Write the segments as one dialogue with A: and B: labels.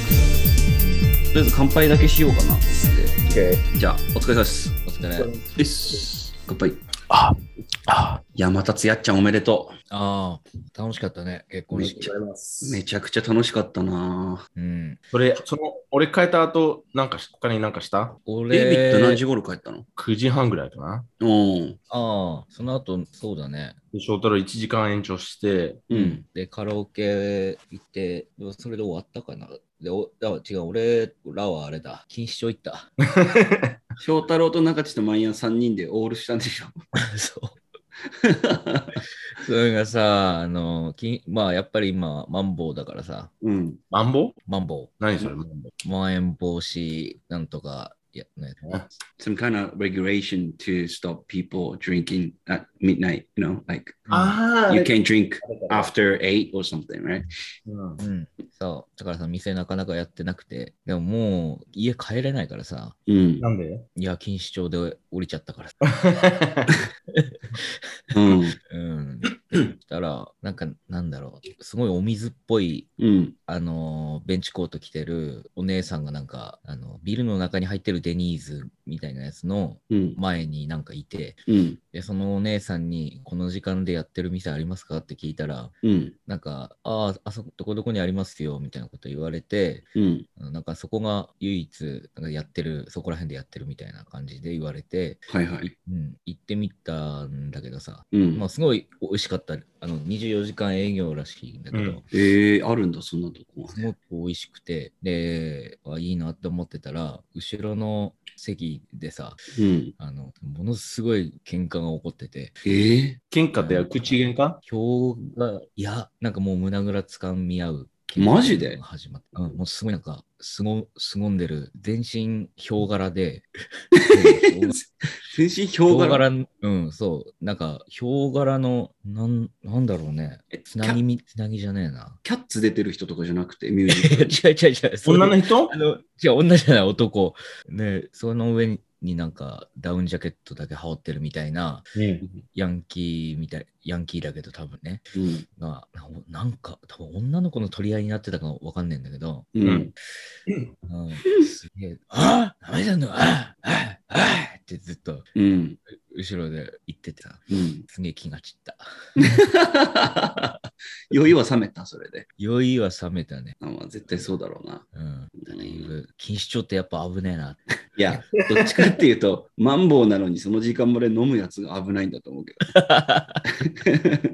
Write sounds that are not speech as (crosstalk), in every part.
A: とりあえず乾杯だけしようかなっつって
B: OK。
A: じゃあお疲れ様です
C: お疲れ。
A: です乾杯
B: ああ
A: 山達やっちゃんおめでと
C: ああ、楽しかったね、結婚式。
B: りがとうございま
A: う
B: す
A: めちゃくちゃ楽しかったな
C: うん。
D: それ、その、俺帰った後、なんかし、他になんかした
C: 俺、
A: デイビッド何時頃帰ったの
D: ?9 時半ぐらいかな。
A: うん
C: ああ、その後、そうだね。
D: で翔太郎1時間延長して、
A: うん
C: で、カラオケ行って、それで終わったかな。で、おあ違う、俺らはあれだ、錦糸町行った。 (laughs)
A: 翔太郎と中地とマイヤー3人でオールしたんでしょ
C: そう。それがさ、あの、きまあ、やっぱり今、マンボウだからさ、
A: うん
D: マンボウ
C: マンボ
D: 何それ、マンボウ
C: ウ、まん延防止なんとか、やね、
A: some kind of regulation to stop people drinking at midnight you know like
D: ああ
A: you can't drink
D: あ
A: after 8 or something right
D: うん
C: うん、そうだからさ店なかなかやってなくてでももう家帰れないからさ
A: (laughs) うん
D: なんで
C: いや錦糸町で降りちゃったからさうん
A: うん
C: そしたらなんかなんだろうすごいお水っぽい
A: うん
C: あのーベンチコート着てるお姉さんがなんかあのビルの中に入ってるデニーズみたいなやつの
A: うん
C: 前になんかいて
A: うん
C: でそのお姉さんに「この時間でやってる店ありますか?」って聞いたら
A: うん
C: なんか「あああそこどこどこにありますよ」みたいなこと言われて
A: うん
C: なんかそこが唯一なんかやってるそこら辺でやってるみたいな感じで言われて、
A: はいはい
C: うん、行ってみたんだけどさ、
A: うん
C: まあ、すごい美味しかったあの24時間営業らしいんだけど、
D: うん
A: ええあるんだそんなとこ
C: すごく美味しくてであいいなって思ってたら後ろの席でさ
A: うん
C: あのものすごい喧嘩が起こってて
A: ええ
D: (laughs) 喧嘩って口喧嘩
C: 票がいやなんかもう胸ぐらつかみ合う喧嘩
A: マジで
C: が始まって、うん、もうすごいなんかすごすごんでる全身ヒョウ柄
A: (laughs)
C: でで
A: 全身ヒ
C: ヒ
A: ョ
C: ョ
A: ウ
C: ウ
A: 柄。
C: 柄、うん、そう、なんか、ヒョウ柄の、なん、なんだろうね。
A: え
C: つなぎみ、つなぎじゃねえな。
A: キャッツ出てる人とかじゃなくて、ミュージ
C: 違う
A: ック。
C: 違う違う。そう
D: 女の人
C: あの、違う、女じゃない、男。ね、その上に、なんかダウンジャケットだけ羽織ってるみたいな
D: うん。
C: ヤンキーみたいヤンキーだけど多分ね
A: うん。
C: がななんか多分女の子の取り合いになってたかわかんないんだけど、
A: うん。
C: うん、すげえ「ああダメだのああああああ」ってずっと
A: うん。
C: 後ろで言っててさ
A: うん。
C: すげえ気が散った
A: 酔いは冷めた、それで。
C: 酔いは冷めたね。
A: あまあ、絶対そうだろうな。
C: うん。
A: う
C: だ
A: ん
C: いぶ、錦糸町ってやっぱ危ねえな。
A: いや、どっちかっていうと、マンボウなのにその時間まで飲むやつが危ないんだと思うけ (laughs)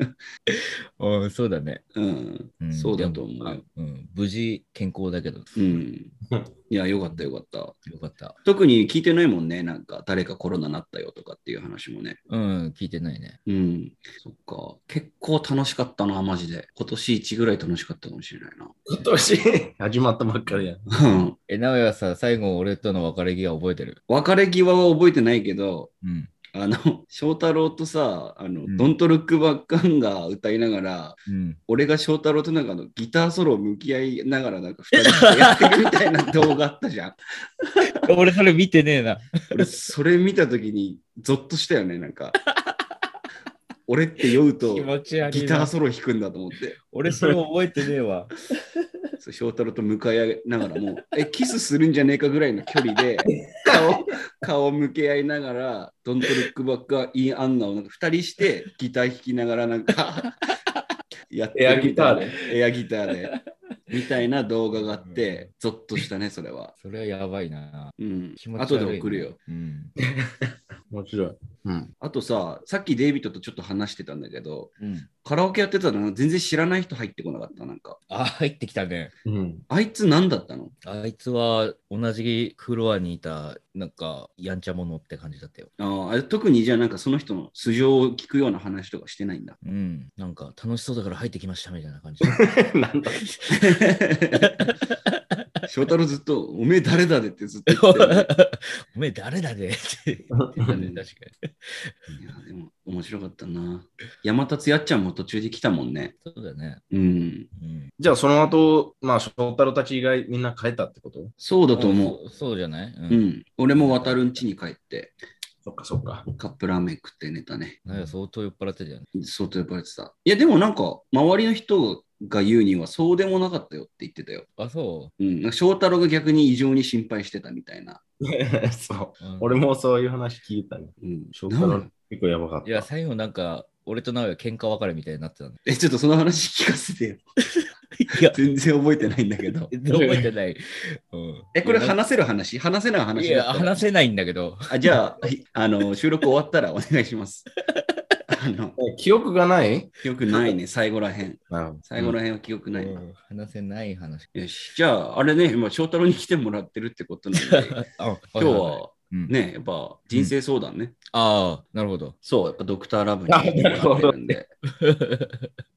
A: ど。
C: うん、そうだね。
A: うん。
C: ん
A: そうだと思う
C: で
A: よ
C: もあうん。無事健康だけど、
A: うん。いや、よかったよかった。
C: よかった。
A: 特に聞いてないもんね。なんか、誰かコロナなったよとかっていう話もね。
C: うん、聞いてないね。
A: うん。そっか。結構楽しかったな、マジで。今年1ぐらい楽しかったかもしれないな。
D: 今年、始まったばっかりや。
A: うん
C: え、なおやさ、最後俺との別れ際覚えてる
A: 別れ際は覚えてないけど、
C: うん。
A: あの、翔太郎とさ、あの、
C: ん
A: ドントルックバッカンが歌いながら、
C: うん。
A: 俺が翔太郎となんかあのギターソロを向き合いながらなんか二人でやってるみたいな動画あったじゃん。
C: (laughs) 俺それ見てねえな。
A: 俺、それ見た時にゾッとしたよね、な
C: (laughs)
A: んか。俺って酔うと
C: 気持ち悪いな。
A: ギターソロ弾くんだと思って、
C: 俺それ覚えてねえわ。
A: そう翔太郎と向かい合いながらもう、え、キスするんじゃねえかぐらいの距離で、顔、顔向け合いながら、ドントルックバックインアンナをなんか2人してギター弾きながらなんかやってるみたいな
D: エアギ
A: エアギターでみたいな動画があってゾッとしたねそれは。
C: (laughs) それはやばいな。
A: うん
C: 気持、ち悪い
A: 後
C: な
A: で送るよ。。
C: うん。
D: 面白い。うん。
A: あとさ、さっきデイビッドとちょっと話してたんだけど、
C: うん。
A: カラオケやってたの全然知らない人入ってこなかった、なんか。
C: あ、入ってきたね。
D: うん。
A: あいつ何だったの
C: あいつは同じフロアにいた、なんか、やんちゃ者って感じだったよ。
A: ああ特にじゃあなんかその人の素性を聞くような話とかしてないん
D: (laughs)
A: だ。
C: うん、なんか楽しそうだから入ってきましたみたいな感じ。
D: (laughs) なんだ
A: 翔太郎ずっと、おめえ誰だでってずっと言ってる、
C: おめえ誰だ (laughs) ねって言ってたね、確かに。
A: いや、でも面白かったな。山達やっちゃんも途中で来たもんね。
C: そうだね。
A: うん。
C: うん、
D: じゃあ、その後、まあ、翔太郎たち以外、みんな帰ったってこと
A: そうだと思う。
C: う。そうじゃない、
A: う
C: うん、
A: ん。俺も渡るん家に帰って、
D: そっか、そっ (laughs) か。
A: カップラーメン食って寝たね。
C: なんか相当酔っ払ってたよね。
A: 相当呼ばれてた。いや、でもなんか、周りの人が言うにはそうでもなかったよって言ってたよ。
C: あ、そ
A: うん、なんか翔太郎が逆に異常に心配してたみたいな。
D: そう。
C: う。うん
D: 俺もそういう話聞いたね。
A: うん、
D: 翔太
A: な
D: 郎
A: ん
D: 結構やばかった。
C: いや、最後なんか、俺と直哉喧嘩別れみたいになってたの。
A: え、ちょっとその話聞かせてよ。
C: (laughs) いや、
A: 全然覚えてないんだ (laughs) けど。
C: 覚えてない。うん、
A: え、これ
C: いや
A: 話せる話話せない
C: なんかい
A: 話
C: や、
A: だったら
C: 話せないんだけど。
A: あじゃあ、ひあの、収録終わったらお願いします。 (laughs) あの、
D: え記憶がない
A: 記憶ないね、最後らへん。最後
D: の。
A: らへんは記憶ないな、
C: うん話せない話。
A: よし、じゃあ、あれね、今、翔太郎に来てもらってるってことな
C: (laughs)
A: ので、
C: あ
A: 今日は、
C: うん
A: ね、やっぱ人生相談ね。
C: ああ、なるほど。
A: そう、やっぱドクターラブに来てもらってる
C: (laughs)
A: んで。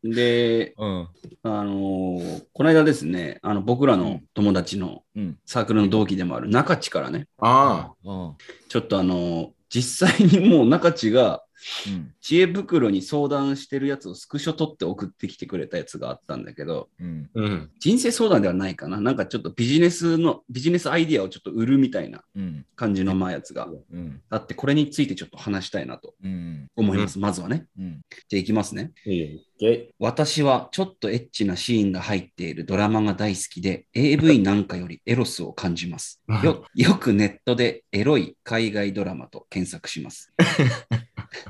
A: で、
C: うん。
A: あのーこの間ですね、あの僕らの友達の
C: うん。
A: サークルの同期でもある中地からね、
D: あ
C: あ
A: ちょっとあのー実際にもう中地が
C: うん。
A: 知恵袋に相談してるやつをスクショ取って送ってきてくれたやつがあったんだけど、
C: うん。
D: あ。うん。
A: 人生相談ではないかな。なんかちょっとビジネスの、ビジネスアイディアをちょっと売るみたいな
C: うん。
A: 感じのまあやつが
C: うん。
A: あって、これについてちょっと話したいなと
C: うん。
A: 思います。まずはね。
C: うん。
A: じゃあいきますね。
D: いいよいけ
A: 私はちょっとエッチなシーンが入っているドラマが大好きで (laughs) AV なんかよりエロスを感じ (laughs) ます。よよくネットでエロい海外ドラマと検索し (laughs) ます。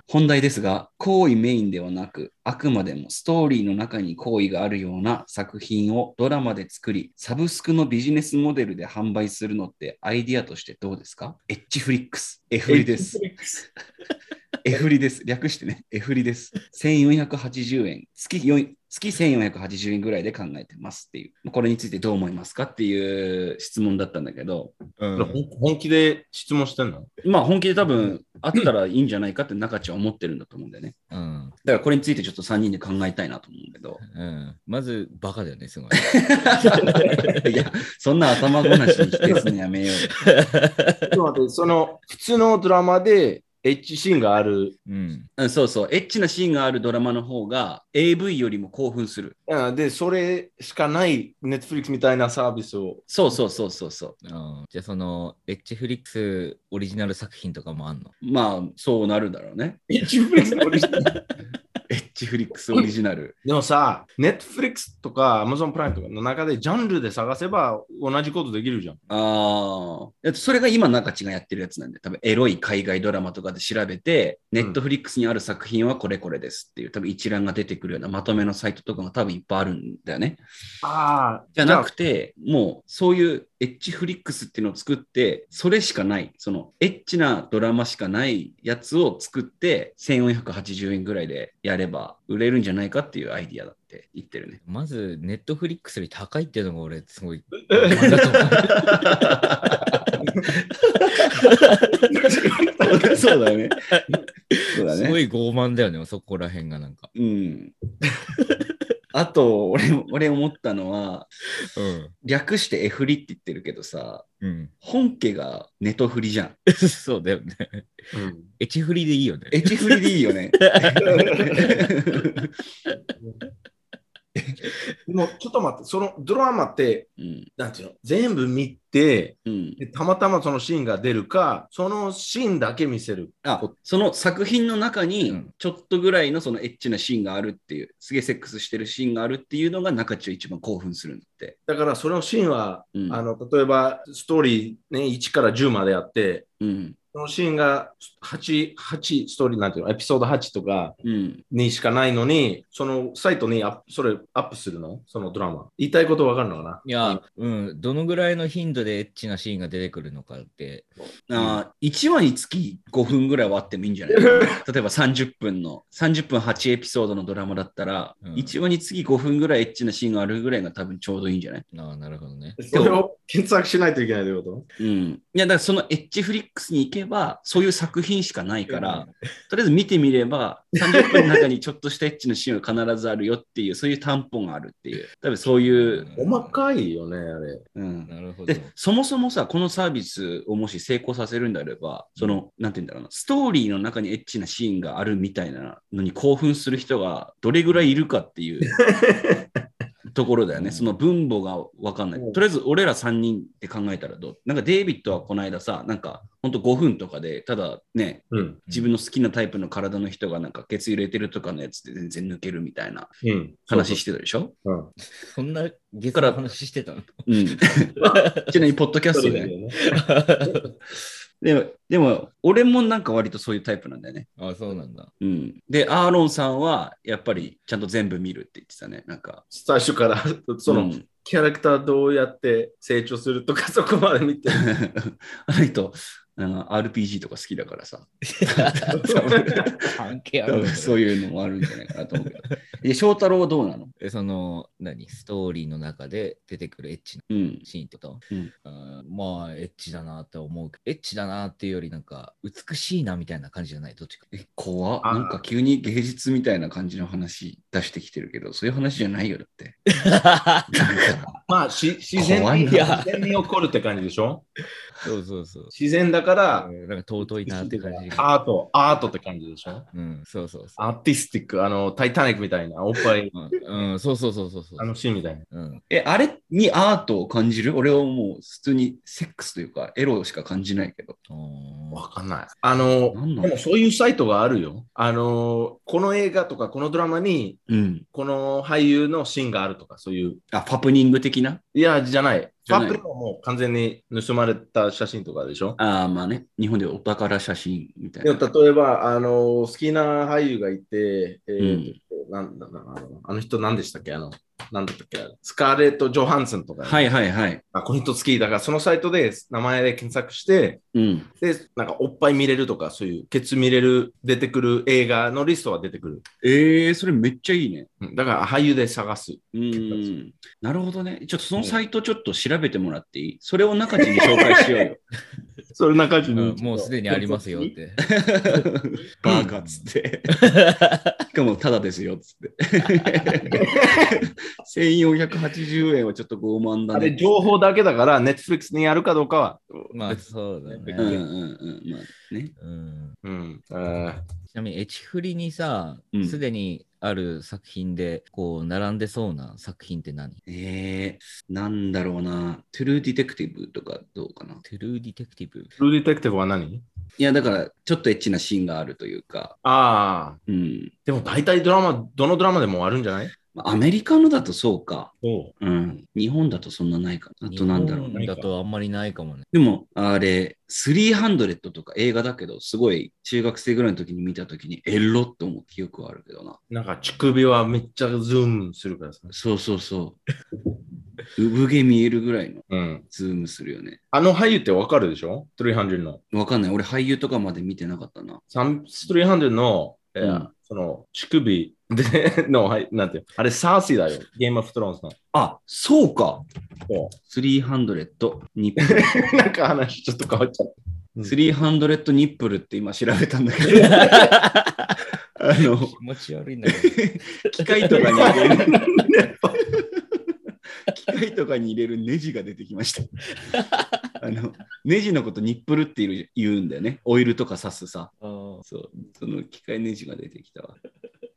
A: 本題ですが、行為メインではなく、あくまでもストーリーの中に行為があるような作品をドラマで作り、サブスクのビジネスモデルで販売するのってアイディアとしてどうですかエッチフリックス。エフリです。えふりです。略してね、えふりです。1480円、月4月1480円ぐらいで考えてますっていう、まあこれについてどう思いますかっていう質問だったんだけど、
D: ほん本気で質問してんの
A: まあ本気で多分あったらいいんじゃないかって中地は思ってるんだと思うんだよね。
C: うん。
A: だからこれについてちょっと3人で考えたいなと思うんだけど、 (laughs)
C: うん。まず、バカだよね、すごい。
A: いや、そんな頭ごなしに否定するのやめよう
D: ちょっと待って、その、普通のドラマでエッチシーンがある。
C: うん。
A: よ。うん、そうそう、エッチなシーンがあるドラマの方が AV よりも興奮する。
D: うんで、それしかない、ネットフリックスみたいなサービスを。
A: そうそうそうそうそう。
C: ああじゃあ、その、エッチフリックスオリジナル作品とかもあんの
A: まあそうなるだろうね。
D: エッチフリックスオリジナル
A: エッチフリックスオリジナル。
D: でもさ、ネットフリックスとか Amazon プライムとかの中でジャンルで探せば同じことできるじゃん。
A: ああ。だってそれが今中地がやってるやつなんで、多分エロい海外ドラマとかで調べて、
D: う
A: ネ
D: ん
A: ットフリックスにある作品はこれこれですっていう、多分一覧が出てくるようなまとめのサイトとかが多分いっぱいあるんだよね。
D: ああ、
A: じゃなくて、もうそういうエッチフリックスっていうのを作って、それしかない、そのエッチなドラマしかないやつを作って、1480円ぐらいでやれば売れるんじゃないかっていうアイディアだって言って
C: (laughs)
A: るね。
C: まず、ネットフリックスより高いっていうのが俺、すごい。
A: そうだね。そう
C: (laughs)
A: だ
C: す
A: ね
C: ご。い傲慢だよね、そこら辺がなんか。
A: うん。あと、俺、俺思ったのは、
C: うん。
A: 略してエフリって言ってるけどさ、
C: うん。 (laughs)
A: 本家がネトフリじゃん。
C: そうだよね。エチフリでいいよね。
A: エチフリでいいよね。
D: でもちょっと待って、そのドラマって、
A: うん。
D: なんていうの、全部見て、
A: うん。
D: でたまたまそのシーンが出るか、そのシーンだけ見せる。
A: あ、その作品の中
C: う
A: に
C: ん、
A: ちょっとぐらいのそのエッチなシーンがあるっていう、すげえセックスしてるシーンがあるっていうのが中地を一番興奮するんだって。
D: だからそのシーンは、
A: うん
D: あの例えばストーリー、ね、1から10まであって、
A: うん。
D: そのシーンが8、8ストーリーなんていうの、エピソード8とか
A: うん。
D: にしかないのに、そのサイトにアップそれアップするのそのドラマ。言いたいことわかるのかない
C: や、うん、どのぐらいの頻度でエッチなシーンが出てくるのかって、
A: あ1話につき5分ぐらいはあってもいいんじゃ (laughs) ない例えば30分の30分8エピソードのドラマだったら、
C: うん
A: 1話につき5分ぐらいエッチなシーンがあるぐらいが多分ちょうどいいんじゃない
C: ああ、なるほどね。
D: それを検索しないといけないというこ
A: うん。いや、だからそのエッジフリックスに行けば、そういう作品しかないから、
C: うん
A: とりあえず見てみれば、30分の中にちょっとしたエッチなシーンは必ずあるよっていう、そういう担保がある (laughs) っていう、多分そういう、
D: と細かいよね、あれ。
A: うん、
C: なるほど
A: で。そもそもさこのサービスをもし成功させるんであればそのなんて言うんだろうなストーリーの中にエッチなシーンがあ
D: (laughs)
A: るみたいなのに興奮する人がどれぐらいいるかっていうところだよね。その分母がわかんない。とりあえず俺ら3人って考えたらどうなんかデイビッドはこの間さ、なんかほんと5分とかで、ただね、
D: うん。
A: 自分の好きなタイプの体の人がなんか血入れてるとかのやつで全然抜けるみたいな
D: うん。
A: 話してたでしょ
D: うん。
C: そんな下から話してたの
D: (laughs)
A: うん。ちなみにポッドキャスト
D: そう
A: で
D: だよ
A: ね。
D: ね。
A: でも、でも俺もなんか割とそういうタイプなんだよね。
C: あ、そうなんだ。
A: うん。で、アーロンさんはやっぱりちゃんと全部見るって言ってたね。なんか、
D: 最初から、その、
A: うん
D: キャラクターどうやって成長するとか、そこまで見
A: (laughs)
D: て。
A: あの人、あの RPG とか好きだからさ。 (laughs)
C: 関係あ
A: 多
C: る
A: 分 (laughs) そういうのもあるんじゃないかなと思うけど。え、翔太郎はどうなの
C: えその、何ストーリーの中で出てくるエッチな
A: うん。
C: シーンってこと、
A: うん
C: あーまあ、エッチだなって思うけど。エッチだなっていうより、なんか、美しいなみたいな感じじゃないどっちか。
A: え、怖っ
D: あー
A: なんか急に芸術みたいな感じの話出してきてるけど、そういう話じゃないよだって。 (laughs) なんか
D: まあ、し自然
A: 怖い
D: に
A: な
D: 自然に起こるって感じでしょ
C: そうそうそう。
D: 自然だから、
C: うんなんか尊いなって感じ。
D: アート、アートって感じでしょ
C: うん、そうそうそう。
D: アーティスティック、あの、タイタニックみたいな、おっぱい、
C: うん、うんそうそうそうそうそう。
D: あのシーンみたいな。
C: うん、
A: え、あれにアートを感じる俺はもう普通にセックスというかエロしか感じないけど。
C: おー
D: わかんない。あの、
A: なんな
D: で
A: の
D: もそういうサイトがあるよ。あの、この映画とか、このドラマに、
A: うん。
D: この俳優のシーンがあるとか、そういう。
A: あ、パプニング的ない
D: や、じゃない。
A: じゃない
D: パプリはもう完全に盗まれた写真とかでしょ
A: ああ、まあね。日本でお宝写真みたい
D: で
A: な。
D: も例えば、あの、好きな俳優がいて、えー
A: うん
D: なんなんなんあのあの人何でしたっけあの、なんだったっけスカーレット・ジョハンソンとか、
A: はいはいはい。
D: あこの人好きだから、そのサイトで名前で検索して、
A: うん。
D: で、なんかおっぱい見れるとか、そういうケツ見れる、出てくる映画のリストは出てくる。
A: えー、それめっちゃいいね。
D: うんだから俳優で探す。
A: うん。なるほどね。ちょっとそのサイトちょっと調べてもらっていいそれを中地に紹介しよ (laughs) うよ。
D: それ中地
C: うんもうすでにありますよっ。
A: (laughs)
C: て。
A: バーカっつ (laughs) って。しかもただですよっつ (laughs) って。1480円はちょっと傲慢だ
D: あれ、
A: ね。
D: 情報だけだから、ネットフリックスにやるかどうかは。
C: まあ、そうだ
A: うんう
C: ね。
A: んうん。まあね。
C: うん、
D: うん。あ
C: ちなみに、エチフリにさ
A: うん、
C: すでにある作品で、こう、並んでそうな作品って何
A: えー、なんだろうな。トゥルーディテクティブとかどうかな。
C: トゥルーディテクティブ。
D: ールーディテクティブは何
A: いや、だからちょっとエッチなシーンがあるというか。
D: ああ。
A: うん。
D: でも大体ドラマ、どのドラマでもあるんじゃない
A: まあアメリカのだとそうか。
D: そ
A: うん。日本だとそんなないかな。あとなんだろう
C: 日
A: な。
C: 本だとあんまりないかもね。
A: でも、あれ、300とか映画だけど、すごい中学生ぐらいの時に見た時に、エロって思う記憶はあるけどな。
D: う。なんか乳首はめっちゃズームするからさ。
A: そうそう (laughs) そう。産毛見えるぐらいの
D: うん。
A: ズームするよね。
D: あの俳優ってわかるでしょ ?300 の。
A: わかんない。俺俳優とかまで見てなかったな。
D: サン300の、えー
A: うん
D: その乳首での、はい、なんていうあれサーシーだよ。ゲームオブトローンズの。
A: あ、そうか。
D: そ
A: 300ニップ (laughs) ル。
D: う (laughs) なんか話ちょっと変わっちゃう。
A: 300ニップルって今調べたんだけ (laughs) ど。あの、
C: 気持ち悪いんだけど。
A: 機械とかに入れる。 (laughs) 機械とかに入れるネジが出てきました。 (laughs) あのネジのことニップルって言う言うんだよね。オイルとか刺すさ。そう。その機械ネジが出てきたわ。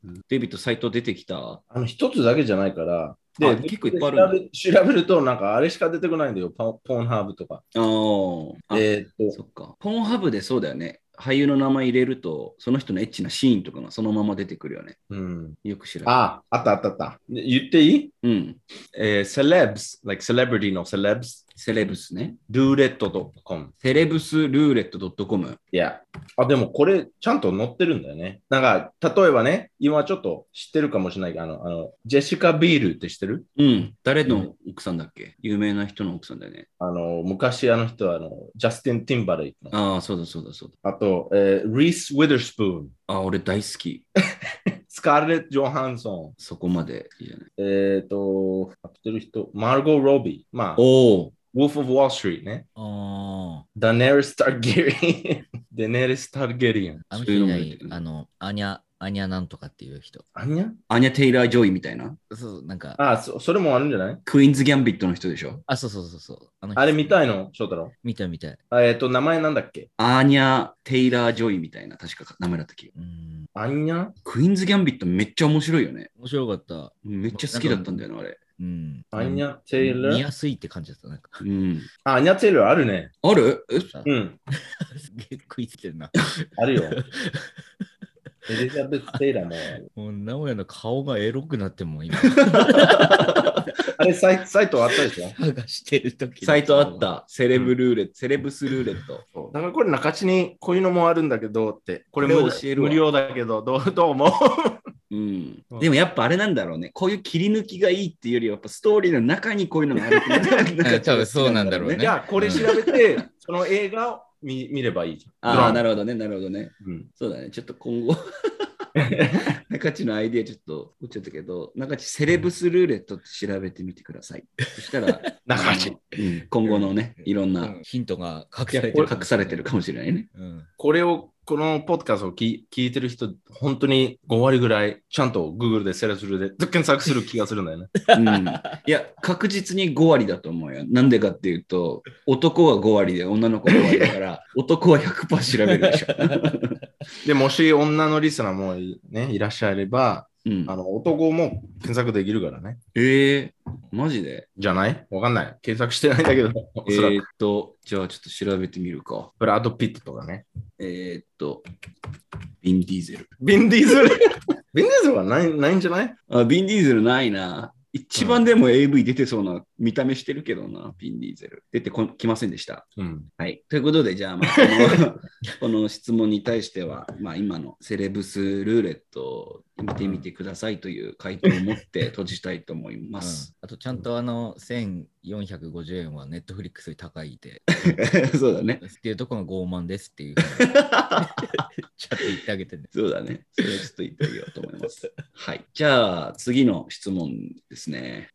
A: うんデビット、サイト出てきた。
D: あの一つだけじゃないから。
A: あ
D: で、
A: 結構いっぱいある
D: で調べ調べると、なんかあれしか出てこないんだよ。ポンポーンハーブとか。
A: あーあ。
D: えーっと、
A: そっか。ポーンハブでそうだよね。俳優の名前入れると、その人のエッチなシーンとかがそのまま出てくるよね。
D: うん。
A: よく知らない。
D: あ、あったあったあった。で言っていい
A: うん。
D: えー、セレブス、like celebrity のセレブス、
A: セレブスね。
D: ルーレット .com。
A: セレブスルーレット .com。
D: いや。あ、でもこれ、ちゃんと載ってるんだよね。なんか、例えばね、今ちょっと知ってるかもしれないけど、あの、あのジェシカ・ビールって知ってる
A: うん。誰の奥さんだっけ有名な人の奥さんだよね。
D: あの、昔あの人は、あの、ジャスティン・ティンバレイクの。あ
A: ああ、そうだそうだそうだ。
D: と、えー、リース・ウィザースプーン、
A: ああ、俺大好き。
D: スカーレット・ジョハンソ
A: そこまでいいじゃない。
D: ン、えっ、ー、と、あとる人、マルゴ・ロビー、まあ、ウ
A: おお。
D: ォーフ・オブ・ウォール・ストリートね。
C: あ
D: ダネレス・ターゲリ (laughs) アン。ダネレス・ターゲリアン。
C: あ。あの
A: そうい
C: 人
A: う
C: い
A: の
C: な
A: も出て
C: い
A: く、る
C: あの、アニャ、アニャなんとかっていう人。
D: あんにゃ
A: アニャ・テイラー・ジョイみたいな。
C: そう、なんか、
D: あそ、それもあるんじゃない
A: クイーンズ・ギャンビットの人でしょ。
C: あ、そうそうそうそう。あの人
D: あれ見たいの翔太郎。
C: 見た見たい。
D: あえっ、と、名前なんだっけ
A: アーニャ・テイラー・ジョイみたいな、確か名前だった気が。
C: うん。
D: アンニャ
A: クイーンズ・ギャンビットめっちゃ面白いよね。
C: 面白かった。
A: めっちゃ好きだったんだよな、あれ。
C: うん。
D: アニ
C: ャ
D: ャ・テイラ
C: 見
D: ー。
C: やすいって感じだった。なんか、
A: うん。
D: あ、アニャ・テイラーあるね。
A: あるえ
C: さ
D: うん。
C: すげえ食いついてるな。
D: あ (laughs) るよ。エリザベス・テイラーもある。
C: もう、名古屋の顔がエロくなってもん
A: (laughs)
C: 今、
D: あれ、サイサイトあったでしょ
C: 探してる時の
A: サイトあっ。た。セレブルーレット、セレブスルーレット。
D: だからこれ中地にこういうのもあるんだけどって、これ
A: これ
D: 無
A: 教えるわ
D: 無料だけど、どうどうも。
A: うん
D: うん。
A: でもやっぱあれなんだろうね。こういう切り抜きがいいっていうよりは、やっぱストーリーの中にこういうの (laughs) があるっていうのがなんか
C: 多分そうなんだろうね
D: じゃあ、これ調べて、その映画を見見ればいいじゃん。
A: ああ、な
D: る
A: るほどね、なるほどね。そうだね、ちょっと今後。中地のアイディアちょっと打っちゃったけど、中地セレブスルーレットって調べてみてください。そしたら、
D: (laughs) 中地
A: あのうん今後のね、いろんな、
C: うんヒントが隠
A: いや
C: されてる。
A: 隠されてるかもしれないね。
C: うん。
D: これを、このポッドキャストを聞聞いてる人、本当に5割ぐらい、ちゃんと Google でセラスルで検索する気がするんだ (laughs) よね。
A: うん、いや、確実に5割だと思うよ。なんでかっていうと、男は5割で女の子5割だから、 (laughs) 男は100%調べるでしょ。 (laughs)
D: で、もし女のリスナーもい,、ね、いらっしゃれば、
A: うん
D: あ、の男も検索できるからね。
A: ええマジで
D: じゃないわかんない。検索してないんだけど、お
A: え
D: そらく。
A: ーっと、じゃあちょっと調べてみるか。
D: ブラッド・ピットとかね。
A: えーっと、ビン・ディーゼル。
D: ビン・ディーゼ (laughs) ル。ビン・ディーゼルはないないんじゃない
A: あ、ビン・ディーゼルないな。一番でも AV 出てそうな見た目してるけどな、ビン・ディーゼル。出てこきませんでした。
D: うん。
A: はい。ということで、じゃあ、まあ、このこの (laughs) 質問に対しては、まあ、今のセレブスルーレットを見てみてくださいという回答を持 (laughs) って閉じたいと思います。
C: あとちゃんとあの1450円はネットフリックスより高いで、
A: そうだね。
C: っていうところが傲慢ですっていうふうにちゃんと言ってあげてね。
A: そうだね。それはちょっと言ってあげようと思います。 (laughs) はい。じゃあ、次の質問ですね。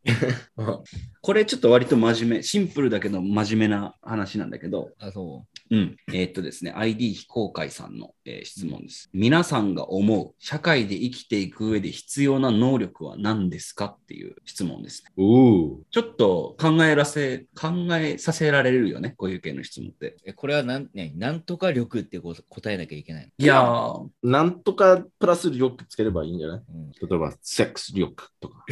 A: これちょっと割と真面目、シンプルだけど真面目な話なんだけど、
C: あ、そ
A: うん、えーっとですね、ID 非公開さんの、えー質問です。皆さんが思う社会で生きていく上で必要な能力は何ですかっていう質問ですね。
D: (laughs) おう
A: ちょっと考えらせ、考えさせられるよね、こういう系の質問って。
C: う。えこれはなん、ね、なんとか力ってこう答えなきゃいけない
A: いやー、
D: なんとかプラス力つければいいんじゃない
C: の。うん、
D: 例えば、セックス力とか、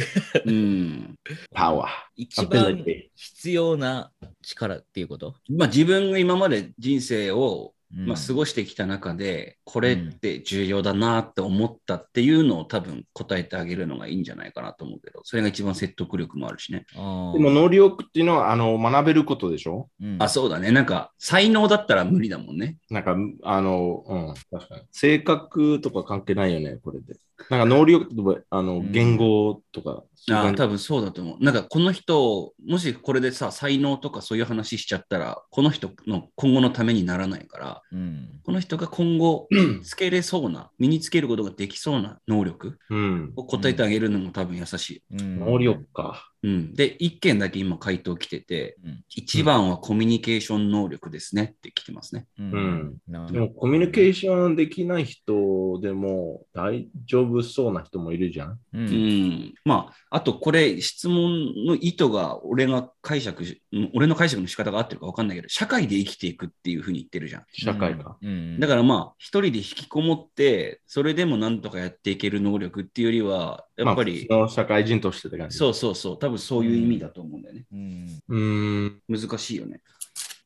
A: うん。
D: パワー。
C: 一
D: ア
C: 番
D: ビリテ
C: 必要な力っていうこと、
A: まあ自分が今まで人生を、
C: うん
A: まあ、過ごしてきた中で、これって重要だなって思ったっていうのを多分答えてあげるのがいいんじゃないかなと思うけど、それが一番説得力もあるしね。
C: あー
D: でも、能力っていうのは、あの、学べることでしょ
C: うん
A: あ、そうだね。なんか、才能だったら無理だもんね。
D: なんか、あの、うん、確かに。性格とか関係ないよね、これで。なんか、能力とか、あの、
C: ん
D: 言語とか、そういう
A: あ
D: 感
A: あ、
D: じ
A: 多分そうだと思う。なんか、この人、もしこれでさ、才能とかそういう話しちゃったら、この人の今後のためにならないから、
C: うん。
A: この人が今後、つけれそうな、身につけることができそうな能力
D: うん。
A: を答えてあげるのも多分優しい。
C: うん
D: 能力か。
A: うん。で、1件だけ今回答来てて、
C: うん
A: 一番はコミュニケーション能力ですねって来てますね。
C: うん
D: うん
C: な
D: でも、コミュニケーションできない人でも大丈夫そうな人もいるじゃん。
C: うん
A: うん。まあ、あとこれ、質問の意図が、俺が解釈し、うん俺の解釈の仕方が合ってるか分かんないけど、社会で生きていくっていうふうに言ってるじゃん。
D: 社会が。
C: うん
A: だからまあ、一人で引きこもって、それでもなんとかやっていける能力っていうよりは、やっぱり、
D: まあ普通の社会人としてって感じ。
A: そうそうそう、多分そういう意味だと思うんだよね。
C: うん
D: うーん。
A: 難しいよね。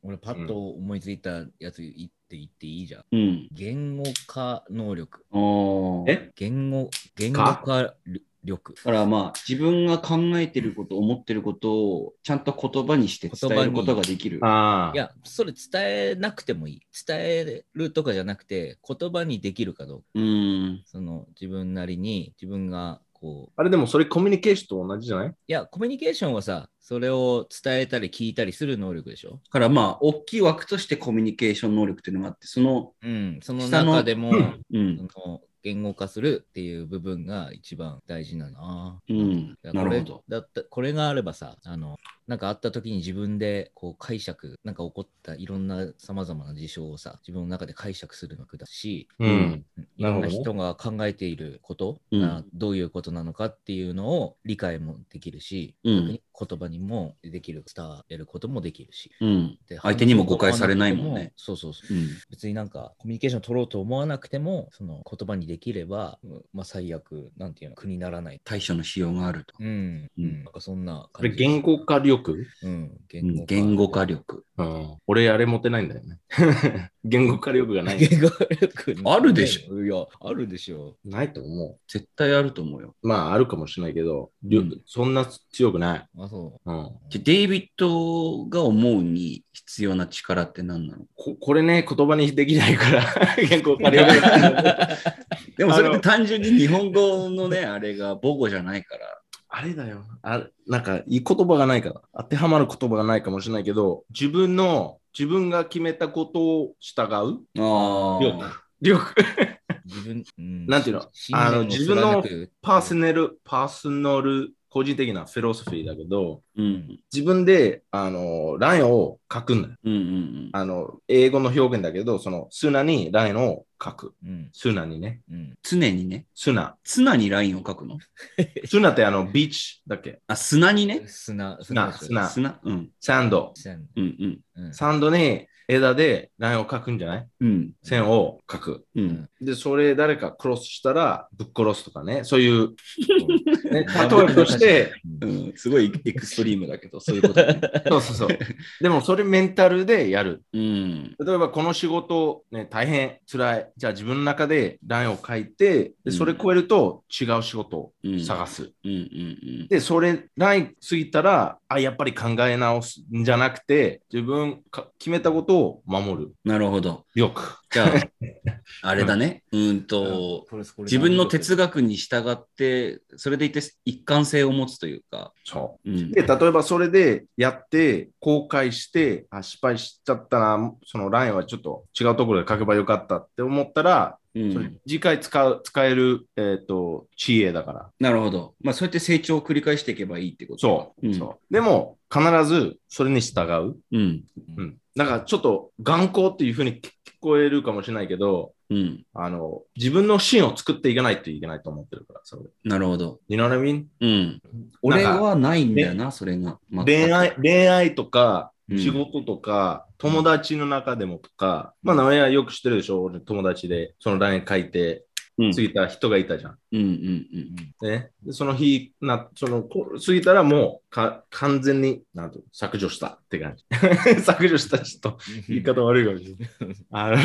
C: 俺パッと思いついたやつ言って言っていいじゃん。
A: うん。
C: 言語化能力。
A: ああ。
D: え
C: 言語、言語化力。
A: だからまあ、自分が考えてること、思ってることを、ちゃんと言葉にして伝えることができる。
D: ああ。
C: いや、それ伝えなくてもいい。伝えるとかじゃなくて、言葉にできるかどうか。
A: うん。
C: その自分なりに自分がこう、
D: あれでもそれコミュニケーションと同じじゃない
C: いや、コミュニケーションはさ、それを伝えたり聞いたりする能力でしょ。
A: だからまあ、大きい枠としてコミュニケーション能力っていうのがあって、その、
C: うん、その
A: 下の
C: 中でも、
A: うん。
C: その言語化するっていう部分が一番大事なのな。
A: うん。
C: だ
A: な
C: からこれ
A: るほど。。
C: だったこれがあればさ、あの、なんかあった時に自分でこう解釈、なんか起こったいろんなさまざまな事象をさ、自分の中で解釈するのだし、
D: うん
C: いろんな
D: なるほ
C: 人が考えていること
A: うん
C: がどういうことなのかっていうのを理解もできるし、
A: うん
C: 逆に言葉にもできる、伝えることもできるし。
A: うん。
C: で
A: 相手にも誤解されないもんね。
C: そうそうそう。
A: うん。
C: 別になんかコミュニケーション取ろうと思わなくても、その言葉にできれば、うんまあ、最悪、なんていうの、苦にならない。
A: 対処のしようがあると。
C: うん。
A: う
C: うんん、なんかそんな
D: こ
C: 感
D: れ
C: じ。
D: 言語化力、
C: うん、
A: うん
C: 言語化。
A: 言語化力。
D: うん、俺あれ持てないんだよね。 (laughs) 言語化力がない。
C: 言語力ね
A: あるでし
C: いや、あるでしょ。
D: ないと思
A: 絶対あると思うよ。
D: う。まああるかもしれないけど、りょ
A: うん
D: そんな強くない。
C: あ、そう。
D: うん、
A: じゃデイビッドが思うに必要な力って何なの
D: ここれね、言葉にできないから、 (laughs) 言語化力が。
A: でもそれっ
D: あ
A: て
D: の
A: 単純に日本語のね、 (laughs) あれが母語じゃないから。
D: あれだよ。あなんか、いい言葉がないから、当てはまる言葉がないかもしれないけど、自分の、自分が決めたことを従う
A: あ
D: 力。力。
C: 自分、うん
D: なんていうの
C: 信念
D: あの
C: を
D: 自分の
C: 貫く
D: パーソナル、パーソナル、個人的なフィロソフィーだけど、
A: うん。
D: 自分で、あの、ラインを書くんだよ。
A: うんうんうん。
D: あの、英語の表現だけど、その、素直にラインを書く。
C: うん、
D: 素直にね。
C: うん。
A: 常にね、
D: 素直。
A: 綱にラインを書くの。
D: 素直ってあの、ビーチだっけ
A: あ、砂にね。
C: 砂、
D: 砂
C: です
D: 砂
A: 砂。うん。
D: サンド。
C: 線
A: うんうん。
C: うん
D: サンドに枝でラインを書くんじゃない
A: うん。
D: 線を書く。
A: うん。
D: で、それ誰かクロスしたらぶっ殺すとかね、そういう、ね、例え
C: うん
D: として、
A: う
C: うん
A: ん、すごいエクストリームだけど、そういうこと (laughs) だね。
D: そうそうそう。でもそれメンタルでやる。
A: うん。
D: 例えばこの仕事、ね、大変辛い。じゃあ自分の中でラインを書いて、でそれ超えると違う仕事
A: う
D: を
A: ん
D: 探す。
A: うんうん
D: で、それライン過ぎたら、あ、やっぱり考え直すんじゃなくて、自分か決めたことを守る。
A: うん。なるほど。
D: よく。
A: じ (laughs) ゃあ、あれだね。うーんと、自分の哲学に従って、それでいて一貫性を持つというか。
D: そう。
A: うん
D: で、例えばそれでやって、後悔して、あ、失敗しちゃったな、そのラインはちょっと違うところで書けばよかったって思ったら、
A: う
D: それ
A: ん、
D: 次回使う、使える、えっ、と、知恵だから。
A: なるほど。まあ、そうやって成長を繰り返していけばいいってこと。
D: そう。
A: うん
D: そうでも、必ずそれに従
A: う。うん。
D: う。うん。だからちょっと頑固っていうふうに聞聞こえるかもしれないけど、
A: うん。
D: あの、自分の芯を作っていかないといけないと思ってるから、それ。
A: なるほど。
D: You know what I mean?
A: うん。俺はないんだよな、それが。全く
D: 恋愛、恋愛とか、
A: うん
D: 仕事とか、友達の中でもとか、まあ、名前はよく知ってるでしょ、俺友達で、その LINE 書いて、
A: うん
D: 過ぎた人がいたじゃん。
A: うんうんうん。
D: ね、でその日な、その、こ過ぎたらもうか、完全に、なんと、削除したって感じ。 (laughs) 削除した、ちょっと、言い方悪いかもしれない。あ
C: う
D: の、
C: ん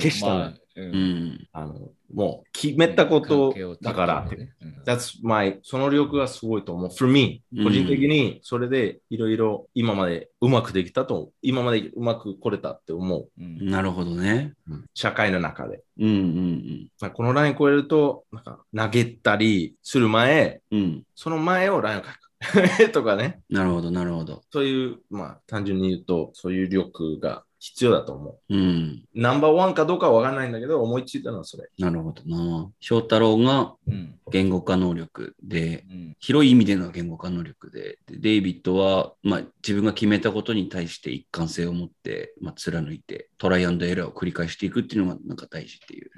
D: 消したの
C: まあう
A: うんん。
D: (laughs) あのもう、決めたこと
C: 関係を
D: だからっ
C: 作
D: て
C: る。ねうん
D: That's my, その力がすごいと思う。For me,
A: うん
D: 個人的にそれでいろいろ今までうまくできたと、今までうまく来れたって思う。
C: うん
A: なるほどね。
D: 社会の中で。
A: うんうん
D: まあこのライン超えると、なんか投げたりする前、
A: うん。うん。
D: その前をラインを書く。 (laughs) とかね。
A: なるほど、なるほど。
D: そういう、まあ単純に言うと、そういう力が必要だと思う。
A: うん。
D: ナンバーワンかどうかはわからないんだけど、思いついたのはそれ。
A: なるほどな。翔太郎が
C: うん
A: 言語化能力で、
C: うん
A: 広い意味での言語化能力で、でデイビッドは、まあ、自分が決めたことに対して一貫性を持って、まあ、貫いて、トライアンドエラーを繰り返していくっていうのがなんか大事っていう。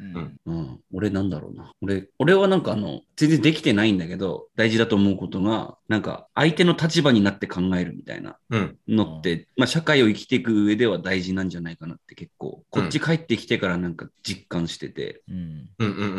C: うん
A: うん、俺なんだろうな。俺、俺はなんかあの、全然できてないんだけど、大事だと思うことが、なんか相手の立場になって考えるみたいな
D: うん。
A: のって、まあ社会を生きていく上では大事なんじゃないかなって結構、こっち帰ってきてからなんか実感してて、
C: うん
D: うんうん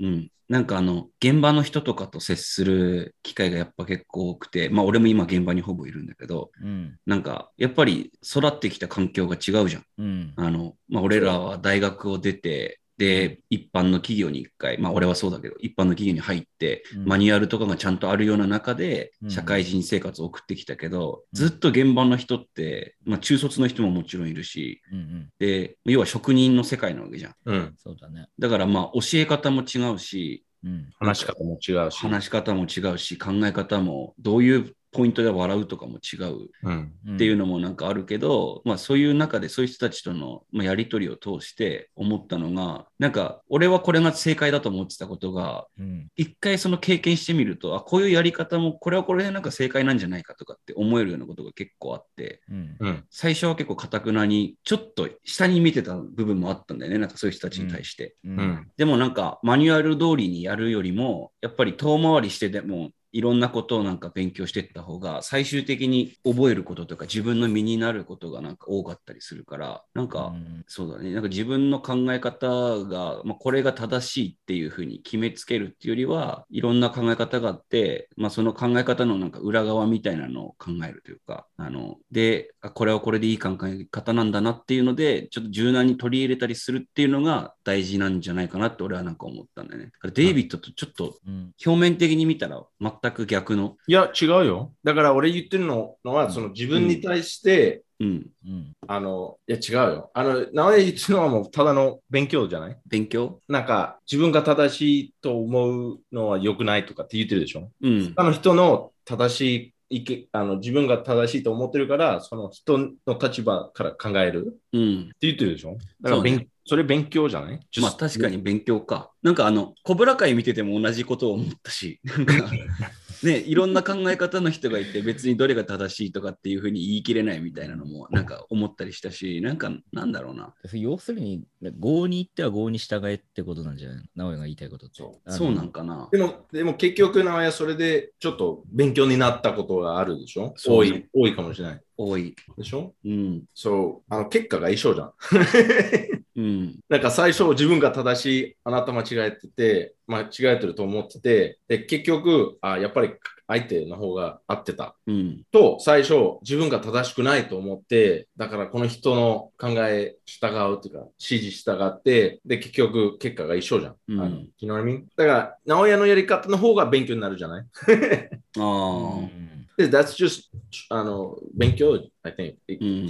D: う
A: う
D: ん
A: ん。なんかあの、現場の人とかと接する機会がやっぱ結構多くて、まあ俺も今現場にほぼいるんだけど、
C: うん
A: なんかやっぱり育ってきた環境が違うじゃん。
C: うん
A: あの、まあ、俺らは大学を出て、で、一般の企業に一回、まあ、俺はそうだけど、一般の企業に入って、
C: うん
A: マニュアルとかがちゃんとあるような中で
C: う、ん
A: 社会人生活を送ってきたけど、
C: うん
A: ずっと現場の人って、まあ、中卒の人ももちろんいるし、
C: うんうん
A: で、要は職人の世界なわけじゃん。
D: うん。うん。
C: そうだね
A: だから、まあ、教え方も違うし、
C: うん
D: 話し方も違うし。
A: 話し方も違うし、考え方も、どういうポイントで笑うとかも違う。
D: うん。
A: っていう
C: の
A: のもなんかあるけど、まあそういう中でそういう人たちとのまあやり取りを通して思ったのがなんか俺はこれが正解だと思ってたことが
C: うん
A: 一回その経験してみるとあこういうやり方もこれはこれでなんか正解なんじゃないかとかって思えるようなことが結構あって
C: うん
D: うん。
A: 最初は結構かたくなにちょっと下に見てた部分もあったんだよねなんかそういう人たちに対して。
C: う
D: うんん。
A: でもなんかマニュアル通りにやるよりもやっぱり遠回りしてでもいろんなことをなんか勉強していった方が、最終的に覚えることとか、自分の身になることがなんか多かったりするから、なんか、
C: うん
A: そうだね。なんか自分の考え方が、まあ、これが正しいっていうふうに決めつけるっていうよりは、いろんな考え方があって、まあ、その考え方のなんか裏側みたいなのを考えるというか、あの、で、あこれはこれでいい考え方なんだなっていうので、ちょっと柔軟に取り入れたりするっていうのが大事なんじゃないかなって俺はなんか思ったんだよね。だからデイビッドとちょっと
C: うん
A: 表面的に見たら全く逆の、
D: いや、違うよ。だから俺言ってるののは、その自分に対して、
A: うん、
C: うん
D: あの、いや、違うよ。あの、名前言ってるのはもうただの勉強じゃない
A: 勉強
D: なんか、自分が正しいと思うのは良くないとかって言ってるでしょ
A: うん。
D: 他の人の正しい意見あの自分が正しいと思ってるから、その人の立場から考えるっ
A: うん。
D: て言ってるでしょだから
A: そうね
D: 勉そ,、れ勉強じゃない
A: まあ確か。に勉強か。なんかあの、コブラ会見てても同じことを思ったし、 (laughs) なんか、ね、いろんな考え方の人がいて、別にどれが正しいとかっていうふうに言い切れないみたいなのも、なんか思ったりしたし、なんか、なんだろうな。
C: 要するに、合に行っては合に従えってことなんじゃないの直哉が言いたいことって。
D: そ
C: あの
A: そうなんかな。
D: でも、でも結局、名前はそれでちょっと勉強になったことがあるでしょ
A: そう
D: 多
A: ね
D: い、多いかもしれない。
A: 多い。
D: でしょ
A: うん。
D: そう、あの、結果が一緒じゃん。
A: うん。
D: なんか最初自分が正しい、あなた間違えてて、間違えてると思ってて、で、結局、あ、やっぱり相手の方が合ってた。
A: うん。
D: と、最初、自分が正しくないと思って、だからこの人の考え従うというか、指示従って、で、結局、結果が一緒じゃん。
A: うん
D: あの you know what I mean? だから、直哉のやり方の方が勉強になるじゃない
A: あ
C: う
A: あ。
C: ん
D: で、that's just, あの、勉強、I think.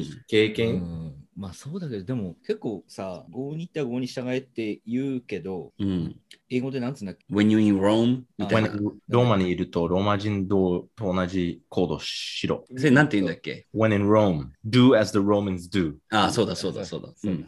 A: ん
D: 経
C: う
D: 験、
C: んまあそうだけど、でも結構さ、合に行っては合に従えって言うけど、
A: うん。
C: 英語でなんつうんだっけ
A: When you're in Rome? みたいな。
D: ローマにいると、ローマ人と同じ行動しろ。
A: それなんて言うんだっけ
D: When in Rome, do as the Romans do.
A: ああ、そうだそうだそうだ。う。
C: うん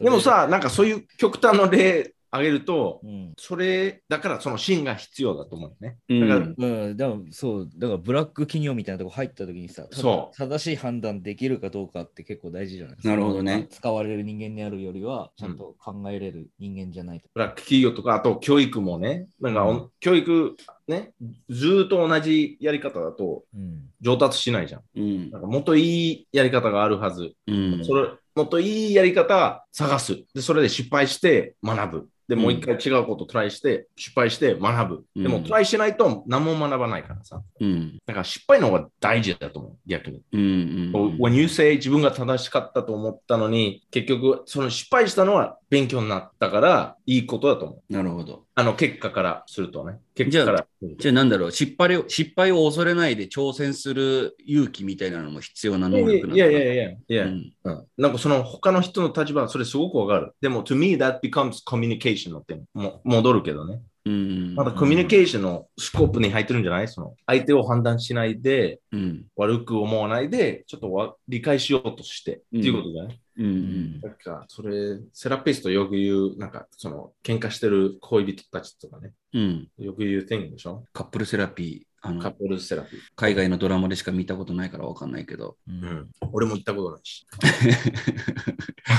D: でも、さ、なんかそういう極端の例挙げると、
C: うん
D: それだからその芯が必要だと思うよね。
A: うん
D: だから
C: うん、だからそう、だからブラック企業みたいなとこ入った時にさ、ただ
D: そう
C: 正しい判断できるかどうかって結構大事じゃない
A: なるほどね。
C: 使われる人間であるよりは、ちゃんと考えれる人間じゃないと。
D: ブラック企業とか、あと教育もね、なんかお、教育ね、ずーっと同じやり方だと
C: うん。
D: 上達しないじゃん。
A: うん
D: な。んかもっといいやり方があるはず。
A: うん
D: それもっといいやり方探す。で、それで失敗して学ぶ。で、もう一回違うことトライして、失敗して学ぶ。で
A: う
D: も
A: ん
D: トライしないと何も学ばないからさ。
A: うん。
D: だから失敗の方が大事だと思う、逆に。
A: うん。うん
D: When you say 自分が正しかったと思ったのに、結局、その失敗したのは勉強になったから、いいことだと思う。
A: なるほど。
D: あの、結果からするとね。結果から。うん
A: じゃあなんだろう失敗を、失敗を恐れないで挑戦する勇気みたいなのも必要な能力なの
D: いやいやいやいや、
A: う
D: いや
A: ん
D: うんなんかその他の人の立場、それすごくわかる。でも、to me, that becomes communication の点。も戻るけどね。
A: うん。
D: まだコミュニケーションのスコープに入ってるんじゃないその、相手を判断しないで、
A: うん。
D: 悪く思わないで、ちょっとわ理解しようとして、
A: うん
D: っていうことじゃない
A: うんうん。
D: なんか、それ、セラピストよく言う、なんか、その、喧嘩してる恋人たちとかね、
A: うん。
D: よく言う thing でしょ
A: カップルセラピー、あ
D: カ
A: の
D: ップルセラピー。
A: 海外のドラマでしか見たことないからわかんないけど、
C: う
D: うんん。俺も行ったことないし。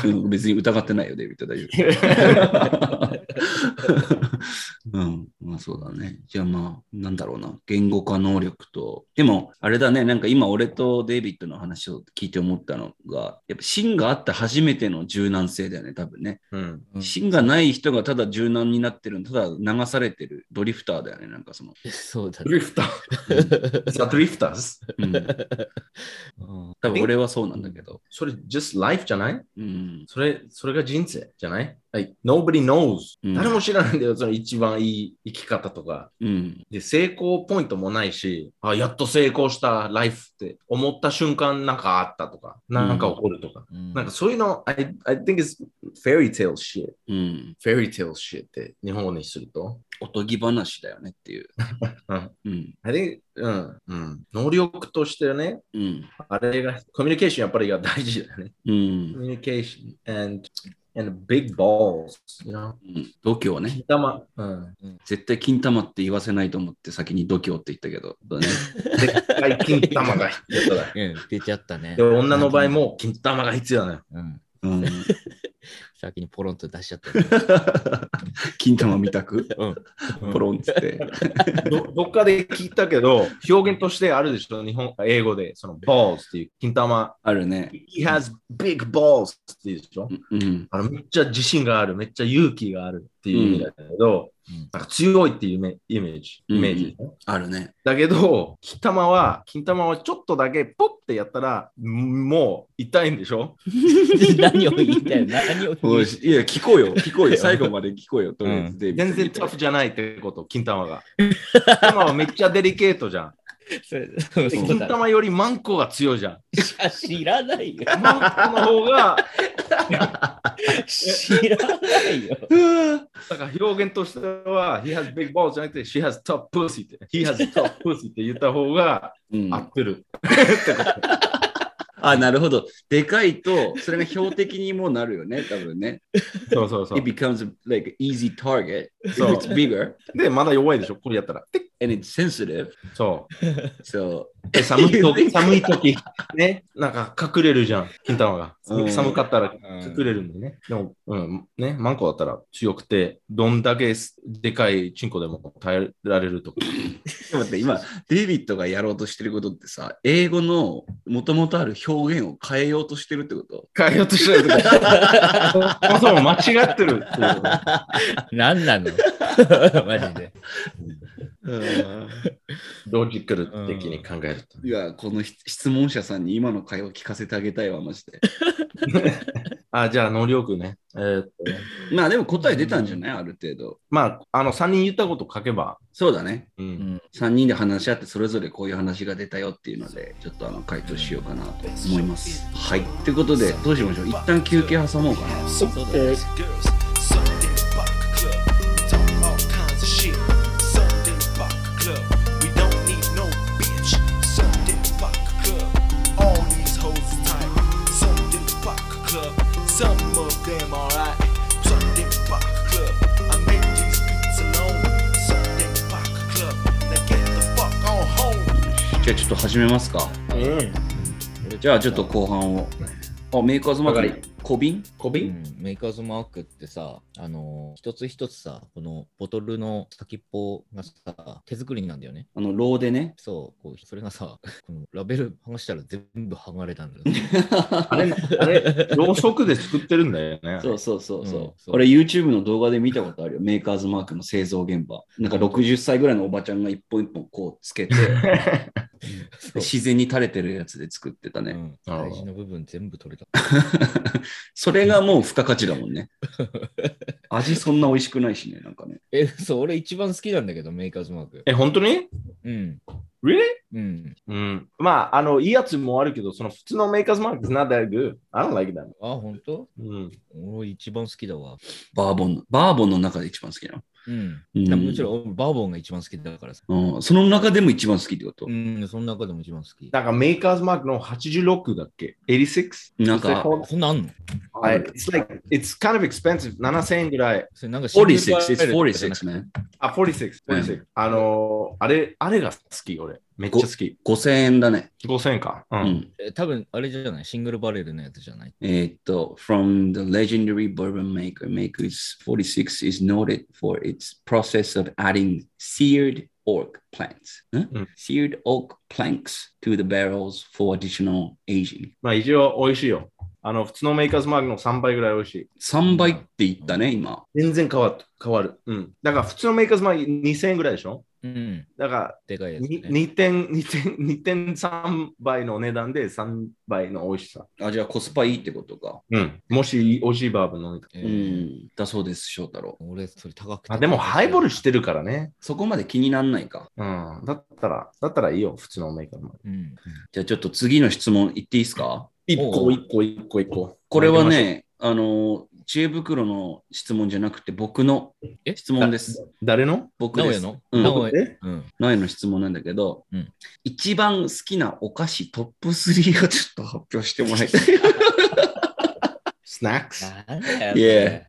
A: うん別に疑ってないよ、デビット大丈夫。うん、まあそうだね。じゃあまあ、なんだろうな、言語化能力と、でも、あれだね、なんか今、俺とデイビッドの話を聞いて思ったのが、やっぱ芯があって初めての柔軟性だよね、多分ね。
D: うん。
C: うん
A: 芯がない人がただ柔軟になってる、ただ流されてるドリフターだよね、なんかその。
C: そうだ
D: ド
C: ね。
D: リフター。ザ・ドリフターズ。
A: うん、
C: うん
A: 多分俺はそうなんだけど。
D: それ、just life じゃない
A: うん。
D: それ、それが人生じゃない like, ?Nobody knows.、
A: うん
D: 誰も知らないんだよ、その一番いい生き方とか。
A: うん。
D: で、成功ポイントもないし、あ、やっと成功したライフって思った瞬間なんかあったとか、なんか起こるとか。
C: うん
D: なんかそういうの、I, I think it's fairy tale shit.
A: うん。
D: fairy tale shit って日本語にすると。
A: おとぎ話だよねっていう。
D: うん
A: うん。
D: I think, うん、うん。能力としてね、
A: うん。
D: あれが、コミュニケーションやっぱりが大事だね。
A: う
D: コ
A: ん。
D: ミュニケーション and, and big balls, you know?
A: うん度胸ね。
D: 金玉、うん。
A: 絶対金玉って言わせないと思って先に度胸って言ったけど。だ (laughs) ね、
D: でっかい金玉が必要
C: (laughs)
D: だ。
C: うん出ちゃったね
D: で、。女の場合も金玉が必要だね。
C: うん
A: うん。
C: 先にポロンと出しちゃった。
A: 金玉みたく、
C: うん
A: ポロンっつって。
D: どどっかで聞いたけど、表現としてあるでしょ、日本英語で、その balls っていう、金玉。
A: あるね。
D: He has big balls っていうでしょ。
A: うん。
D: あのめっちゃ自信がある、めっちゃ勇気があるっていう意味だけど、
C: うん
D: なんか強いっていうイメイメージ。
A: うん
D: イメージね、
A: あるね。
D: だけど、金玉は、金玉はちょっとだけポッてやったら、もう痛いんでしょ
C: (laughs) 何を言いたいの何を言
A: お
C: い
A: い
C: たい
A: いや、聞こうよ。聞こうよ。最後まで聞こうよ。とりあえずデイビッド
D: 全然タフじゃないってこと、金玉
C: (laughs)
D: が。金玉はめっちゃデリケートじゃん。
C: のそれ
D: で
C: そう
D: 金
C: だ
D: 玉よりマンコが強いじゃん。
C: 知らないよ。
D: マンコの方が、
C: 知らないよ。
D: だから表現としては、He has big balls じゃなくて、She has tough pussy って、He has tough pussy って言った方が
A: うん
D: 合ってる。
A: あ、なるほど。でかいと、それが標的にもなるよね、多分ね。
D: そうそうそう
A: It。becomes like easy target. If
D: そう
A: it's bigger
D: で、まだ弱いでしょ、これやったら。ティッ
A: and it's sensitive.
D: そう。
A: So,
D: で
C: (laughs)
D: 寒い時、寒い時、ね、なんか隠れるじゃん、金玉が。
A: うん
D: 寒かったら隠れるんでね。でも、うん、ね、マンコだったら強くて、どんだけでかいチンコでも耐えられるとか。
A: ちょっと待って、今、デイビッドがやろうとしてることってさ、英語のもともとある表現を変えようとしてるってこと
D: 変えようとしてると (laughs) か。そもそも間違ってるっていう
C: 何なの (laughs) マジで。
D: ロジカル的に考えると。
A: いや、この質質問者さんに今の会話聞かせてあげたいわ、マジ (laughs) で。
D: あ、じゃあ、能力ね。えーっとね
A: まあでも答え出たんじゃないある程度。
D: まあ、あの、3人言ったこと書けば。
A: そうだね。
D: うん
C: うん
A: 3人で話し合って、それぞれこういう話が出たよっていうので、ちょっとあの回答しようかなと思います。はい。ということで、どうしましょう一旦休憩挟もうかな。
C: そうだね
E: girls. Sunday Buck Club. Talk all kinds of shit. Sunday Buck Club. We don't need no bitch. Sunday Buck Club. All these hoes is tight. Sunday Buck Club. Some of them alright. Sunday Buck Club. I make these beats alone. Sunday Buck Club. Now get the fuck on home.
A: じゃあちょっと始めますか。じゃあちょっと後半を。あ、メーカーズマーク、小瓶
D: 小
C: う
D: 瓶
C: んメーカーズマークってさ、あのー一つ一つさ、このボトルの先っぽがさ、手作りなんだよね。
A: あの、ローでね。
C: そう、こうそれがさ、 (laughs) このラベル剥がしたら全部剥がれたんだよ、
D: あれ、あれ、ろうそくで作ってるんだよね。
A: (laughs) そうそうそうそう。
C: うんそう
A: 俺 YouTube の動画で見たことあるよ。メーカーズマークの製造現場。なんか60歳ぐらいのおばちゃんが一本一本こうつけて、
C: (laughs) そう
A: 自然に垂れてるやつで作ってた
C: う
A: ね。
C: ん
D: なるほど
C: 大事な部分全部取れた。
A: (laughs) それがもう付加価値だもんね。味そんな美味しくないしね、なんかね。
C: え、そう、俺一番好きなんだけど、メーカーズマーク。
D: え、本当に
C: うん。
D: Really？
C: うん。
D: うん。まあ、あの、いいやつもあるけど、その普通のメーカーズマーク is not that good. I don't like that.
C: あ、本当？
D: うん。
C: 俺一番好きだわ。
A: バーボンの。バーボンの中で一番好きな
C: うん。
A: うん
C: でももちろん、俺バーボンが一番好きだからさ。
A: の。うん、その中でも一番好きってこと
C: う。ん、その中でも一番好き。
D: なんかメーカーズマークの86だっけ ?86?
A: なんか、
C: あそんなんあんの
D: はい。It's like, it's kind of expensive. 7000円ぐらい。
C: それなんか
A: 46、
C: シングル
A: it's
C: バレルとかじゃなくて
A: 46 man。
D: あ、46。46。あのー、あれ、あれが好き、俺。めっちゃ好き。
A: 5000円だね。
D: 5000円か。う。
A: うんん。
C: え多分あれじゃないシングルバレルのやつじゃない
A: えーっと、From the legendary bourbon maker, Makers 46 is noted for its process of adding seared oak plants, ん
D: うん
A: seared oak planks to the barrels for additional aging.
D: まあ、一応美味しいよ。あの、普通のメーカーズマークの3倍ぐらい美味しい。
A: 3倍って言ったね、今。
D: 全然変わる。変わる。うん。だから普通のメーカーズマーク2000円ぐらいでしょ
C: うん。
D: だから、
C: でかいやつ、
D: に
C: ね。
D: 2点、2点、2点3倍の値段で3倍の美味しさ。
A: あ、じゃあコスパいいってことか。
D: うん。もし、美味しいバーブ飲みたい。
C: え
A: う
C: ー
A: ん。だそうです、翔太郎。
C: 俺、それ高くて。
D: あ、でも、ハイボール
C: し
D: してるからね。
A: そこまで気になんないか。
D: うん。だったら、だったらいいよ、普通のメーカーも。
C: うん。
A: じゃあちょっと次の質問言っていいですか
D: 一
C: お
D: 個、
C: う
D: 一個、一個、一個。
A: これは、ね、あの、知恵袋の質問じゃなくて僕の
C: え
A: 質問です。
D: 誰の
A: 僕
C: 名
A: で
C: 古屋
A: す。
C: の
A: うん
C: 名古屋。
D: え
C: うん。
A: 前の質問なんだけど、
C: うん
A: 一番好きなお菓子トップ3をちょっと発表してもらいたい。
D: ススナックス。
C: なんだよ
A: Yeah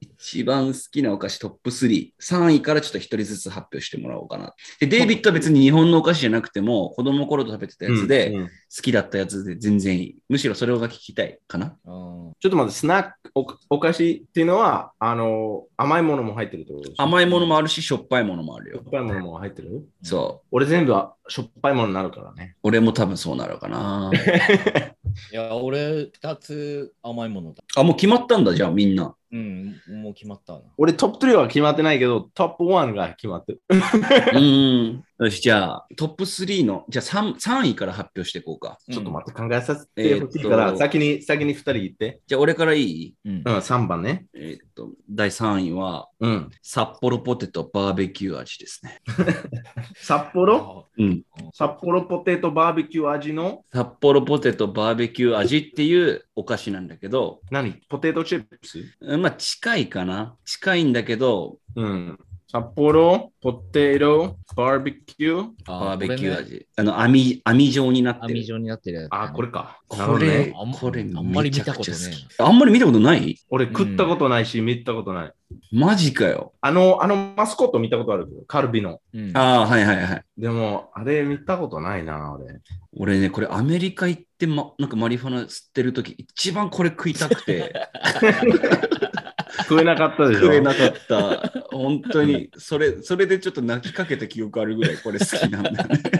A: 一番好きなお菓子トップ3。3位からちょっと一人ずつ発表してもらおうかな。で、デイビッドは別に日本のお菓子じゃなくても、子供の頃と食べてたやつで、
D: うんうん
A: 好きだったやつで全然いい。むしろそれが聞きたいかな。
C: うん
D: ちょっと待って、スナック、おお菓子っていうのは、あの、甘いものも入ってるってことでしょ
A: 甘いものもあるし、しょっぱいものもあるよ
D: しょっ。ぱいものも入ってる
A: そ
D: 俺全部はしょっぱいものになるからね
A: う。。俺も多分そうなるか (laughs) な。
C: いや、俺、二つ甘いものだ。
A: あ、もう決まったんだ、じゃあみんな。
C: うん、もう決まったな。
D: 俺トップ3は決まってないけど、トップ1が決まってる。
A: うーん。よし、じゃあ、トップ3の、じゃあ 3, 3位から発表していこうか。
D: ちょっと待って、考えさせてほしいか
A: えー
D: ら、
A: っと
D: 先に、先に2人言って。
A: じゃあ、俺からいい
C: うん
D: うん、3番ね。
A: えーっと、第3位は、
D: うん。
A: 札幌ポテトバーベキュー味ですね。
D: 札幌
A: うん。
D: 札幌ポテトバーベキュー味の、
A: 札幌ポテトバーベキュー味っていうお菓子なんだけど、
D: 何ポテトチップス
A: うんまあ近いかな。近いんだけど、
D: うん。札幌ポテトバーベキュー。
A: バーベキュー。味。あの網、網状になって
C: 網
A: る。
C: 状になってるやつ、
D: あ、これ。か。な
A: こ
D: るほど
A: れ、
D: ね
C: あん
A: これ、
C: あんまり見たことねえな
A: めちゃくちゃ好きあんまり見たことない
D: 俺食ったことないし、見たことない。
A: マジかよ。
D: あの、あのマスコット見たことあるけど、カルビの。
C: うん、
A: ああ、はいはいはい。
D: でも、あれ見たことないな、俺。
A: 俺ね、これアメリカ行って、ま、なんかマリファナ吸ってる時一番これ食いた
C: (laughs)
A: くて、
D: 食えなかったでしょ。
A: 食えなかった。 (laughs) 本当に、それ、それでちょっと泣きかけた記憶あるぐらいこれ好きなんだね。 (laughs)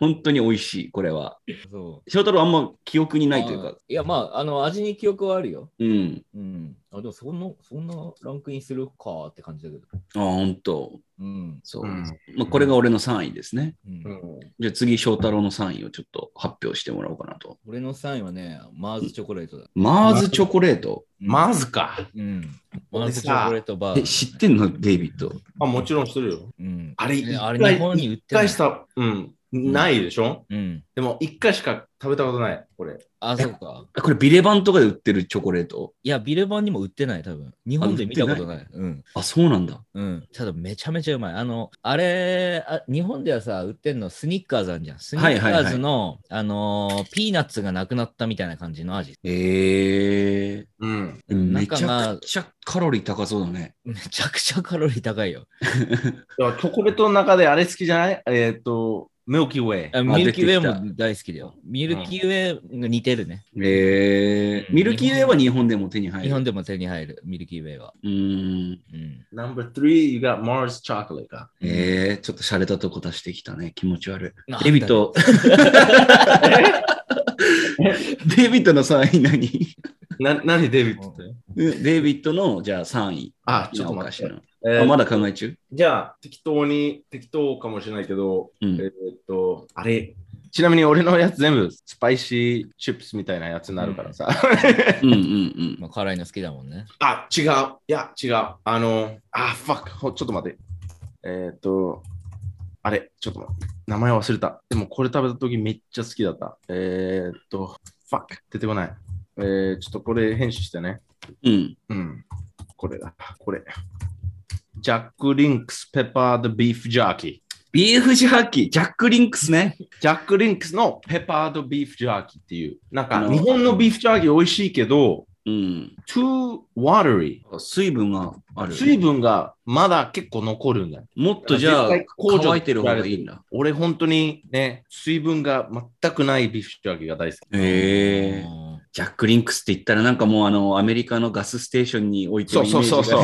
A: 本当に美味しい、これは。
C: そ
A: 翔太郎あんま記憶に
C: う。
A: ないというか
C: あ。。いや、まあ、あの、味に記憶はあるよ。
A: うん。
C: うん。あ、でも、そんな、そんなランクインするかって感じだけど。
A: ああ、本当。
C: うん。
A: そう。
D: うん
A: まあ、これが俺の3位ですね。
C: うん
D: うん
A: じゃあ次、翔太郎の3位をちょっと発表してもらおうかなと。
C: 俺の3位はね、マーズチョコレートだ。
A: マーズチョコレート。
D: マズか。
C: うん。マーズチョコレートバー。
A: え、知ってんのデイビッド。
D: あ、もちろんするよ。
C: うん、
D: あれ
C: ねあれ
D: 一回
C: 日本に売っ
D: 一
C: てない
D: 回し。た、うん、ないでしょ、
C: うん。
D: でも、一回しか食べたことない、これ。
C: あ、そうか。
A: あこれビレバンとかで売ってるチョコレート。
C: いや、ビレバンにも売ってない、多分。日本で見たことない。うん。
A: あ、そうなんだ。
C: うん。ただ、めちゃめちゃうまい。あの、あれあ、日本ではさ、売ってんのスニッカーズあるじゃん。スニ
A: はい
C: ッカ
A: はいはい
C: ーズの、あのーピーナッツがなくなったみたいな感じの味。
A: ええ
D: うん。
C: うん
A: めちゃくちゃカロリー高そうだね。
C: めちゃくちゃカロリー高いよ。
D: だからチョコレートの中であれ好きじゃないえーっ、と、ミルキーウェイ。
C: あミルキーウ
A: 出て
C: ェ
A: き
C: イも大好きだよ。ミルキーウェイが似てるね。
A: ええ
C: うん
A: ミルキーウェイは日本でも手に入る。
C: 日本でも手に入る、ミルキーウェイは。
A: うーん。
C: うん。
D: Number three, you got Mars chocolate か。
A: ええちょっと洒落たとこ出してきたね。気持ち悪
C: なんだ
A: い。デイビッド。 (laughs) デイビッドの3位何
D: な、何デビッドって
A: うんデイビッドのじゃあ3位。
D: あ、ちょっと待
A: し
D: って。
A: な。
D: えー
A: あまだ考え中
D: じゃあ、適当に、適当かもしれないけど、
A: う
D: えー
A: ん。
D: っと、あれ、ちなみに俺のやつ全部スパイシーチップスみたいなやつになるからさ。
A: うんうんうん。
C: まあ、辛いの好きだもんね。
D: あ、違う。いや、違う。あの、あ、ファック。ほちょっと待って。えーっと、あれ、ちょっと待って。名前忘れた。でもこれ食べた時めっちゃ好きだった。えーっと、ファック。出てこない。えー、ちょっとこれ編集してね。
A: うん。
D: うん。これだ。これ。ジャック・リンクス・ペッパー・ド・ビーフ・ジャーキー。
A: ビーフジャーキー、ジャックリンクスね。
D: ジャック・リンクスのペッパードビーフジャーキーっていう。なん
A: あ
D: か
A: の
D: 日本のビーフジャーキー美味しいけど、
A: うん。
D: too watery。
A: 水分がある。
D: 水分がまだ結構残るんだよ。
A: もっとじゃあ
D: 絶対、工場で
A: 乾いてる方がいいんだ。
D: 俺本当にね、水分が全くないビーフジャーキーが大好き。
A: ええ
C: うん
A: ジャック・リンクスって言ったらなんかもうあのアメリカのガスステーションに置いてるイメージが、ね、
D: そうそう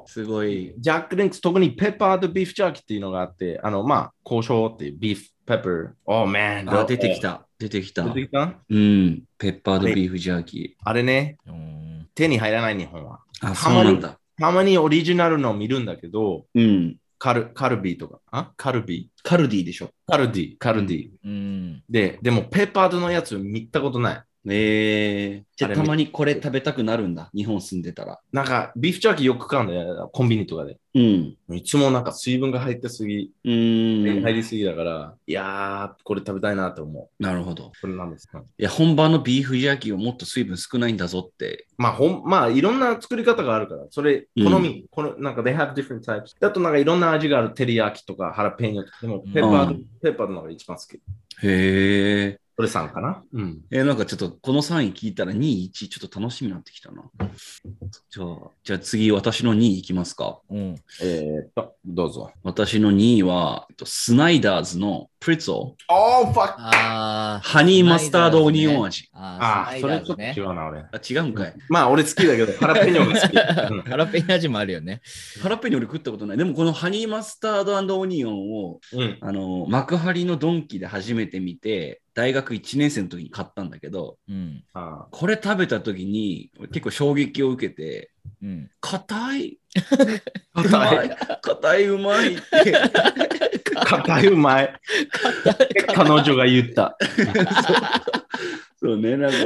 C: うん
A: (laughs) すごい。
D: ジャック・リンクス、特にペッパードビーフジャーキーっていうのがあって、あの、まあ、交渉っていうビーフ、ペッパー。oh man。
A: あ出てき。た。出てきた。
D: 出てきた
A: うん。ペッパードビーフジャーキ
D: あれね、
C: うん
D: 手に入らない日本は。
A: ー。あ、そ
D: た
A: う
D: まに
A: なんだ。
D: たまにオリジナルのを見るんだけど、
A: うん。
D: カルカルビーとか、あカルビー
A: カルディでしょ。
D: カルディ、カルディ。
C: うん。
D: で、でもペーパードのやつ見たことない。
A: ええじゃ
D: あ
A: あ
D: れ
A: たまにこれ食べたくなるんだ。日本住んでたら。
D: なんか、ビーフジャーキーよく買うんだよ、コンビニとかで。
A: うん。
D: いつもなんか水分が入ってすぎ、
A: うーん。
D: 入りすぎだから、いやー、これ食べたいなと思
A: なるほど。
D: う。これなんですか。
A: いや、本場のビーフジャーキーはもっと水分少ないんだぞって。
D: まあ、ほん、まあ、いろんな作り方があるから、それ、
A: うん
D: 好み、この、なんか、they have different types。だとなんかいろんな味がある、テリヤキとか、ハラペーニョとか、でも、ペーパード、
A: うん
D: ペーパードの方が一番好き。
A: へえ。
D: それさんかなうん。
A: えーなんかちょっとこの3位聞いたら2位、1位ちょっと楽しみになってきたな。じゃあ、じゃあ次私の2位いきますか。
C: うん。
D: えーっと、どうぞ。
A: 私の2位は、えっとスナイダーズのプリッツォ、
D: あー、ファッ
C: あー
A: ハニーマスタードオニオン味。
D: あ
C: あー、
D: ー、そ
C: そ
D: れ
C: れ
D: ちょっと
C: ね
D: 違。うな、俺。
A: あ、違うんかい。
D: まあ、俺好きだけ (laughs) ど、ハラペニョが好き。うん
C: ハラペーニ味もあるよね。
A: ハラペーニョ俺食ったことない。でもこのハニーマスタードオニオンを、
D: うん。
A: あの、幕張のドンキで初めて見て、大学1年生の時に買ったんだけど、
C: うん。
D: あ
A: これ食べた時に俺結構衝撃を受けて、
C: うん。
A: 硬い、
D: ー
A: うま
D: 硬い。
A: い、硬いうまいって。
D: 硬い、うまい。彼女が言った。
A: そうね、なんか、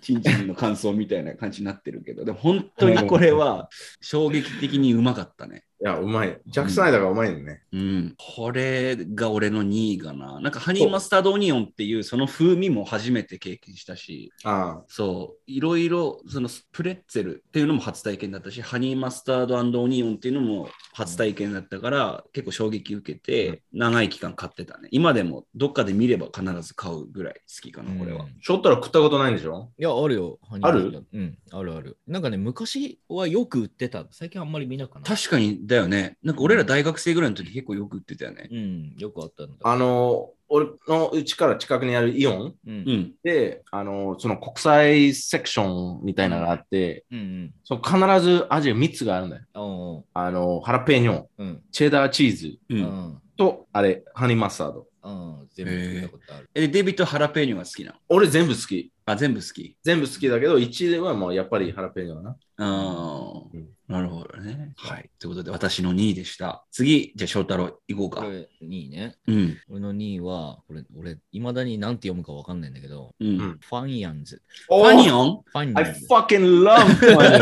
A: ちんちんの感想みたいな感じになってるけど、でも本当にこれは衝撃的にうまかったね。
D: いや、うまい。ジャック・スナイダーがうまいのね。
A: うん、これが俺の2位かな。なんかハニーマスタードオニオンっていうその風味も初めて経験したし、
D: あ
A: そう、いろいろそのプレッツェルっていうのも初体験だったし、ハニーマスタードオニオンっていうのも初体験だったから、結構衝撃受けて、長い期間買ってたね。今でもどっかで見れば必ず買うぐらい好きかな、これは
C: うん。
D: あ。しょったら食ったことないんでしょ
C: いや、あるよ。ハニー
D: ある
C: マスタードうん。あるある。なんかね、昔はよく売ってた。最近あんまり見なくな
A: 確かにだよね。なんか俺ら大学生ぐらいの時結構よく売ってたよね。
C: うん。よくあったんだ。
D: あの、俺のうちから近くにあるイオン
C: う。
A: うんん。
D: で、あの、その国際セクションみたいなのがあって、
C: うん。うん。
D: その必ずアジア3つがあるんだよ。
C: あー
D: あの、ハラペーニョン、
C: うん。
D: チェダーチーズ
A: う。
C: うんん。
D: と、あれ、ハニーマスタード。
C: うん。全部聞いたことある。
A: え、デビットハラペーニョが好きなの
D: 俺全部好き。
A: あ、全部好き。
D: 全部好きだけど、1位はもうやっぱりハラペーニョだな。
A: ああ、
D: うん
A: なるほどね。はい。ということで、私の2位でした。次、じゃあ翔太郎行こう
C: こ
A: か。
C: れ2位ね。
A: うん。
C: 俺の2位は、これ、俺、いまだに何て読むかわかんないんだけど、
A: う
D: うん
A: ん。
C: ファンヤンズ。
A: ファニオン
C: ファン
D: I
C: ヤンズ。
D: fucking (laughs) love ファ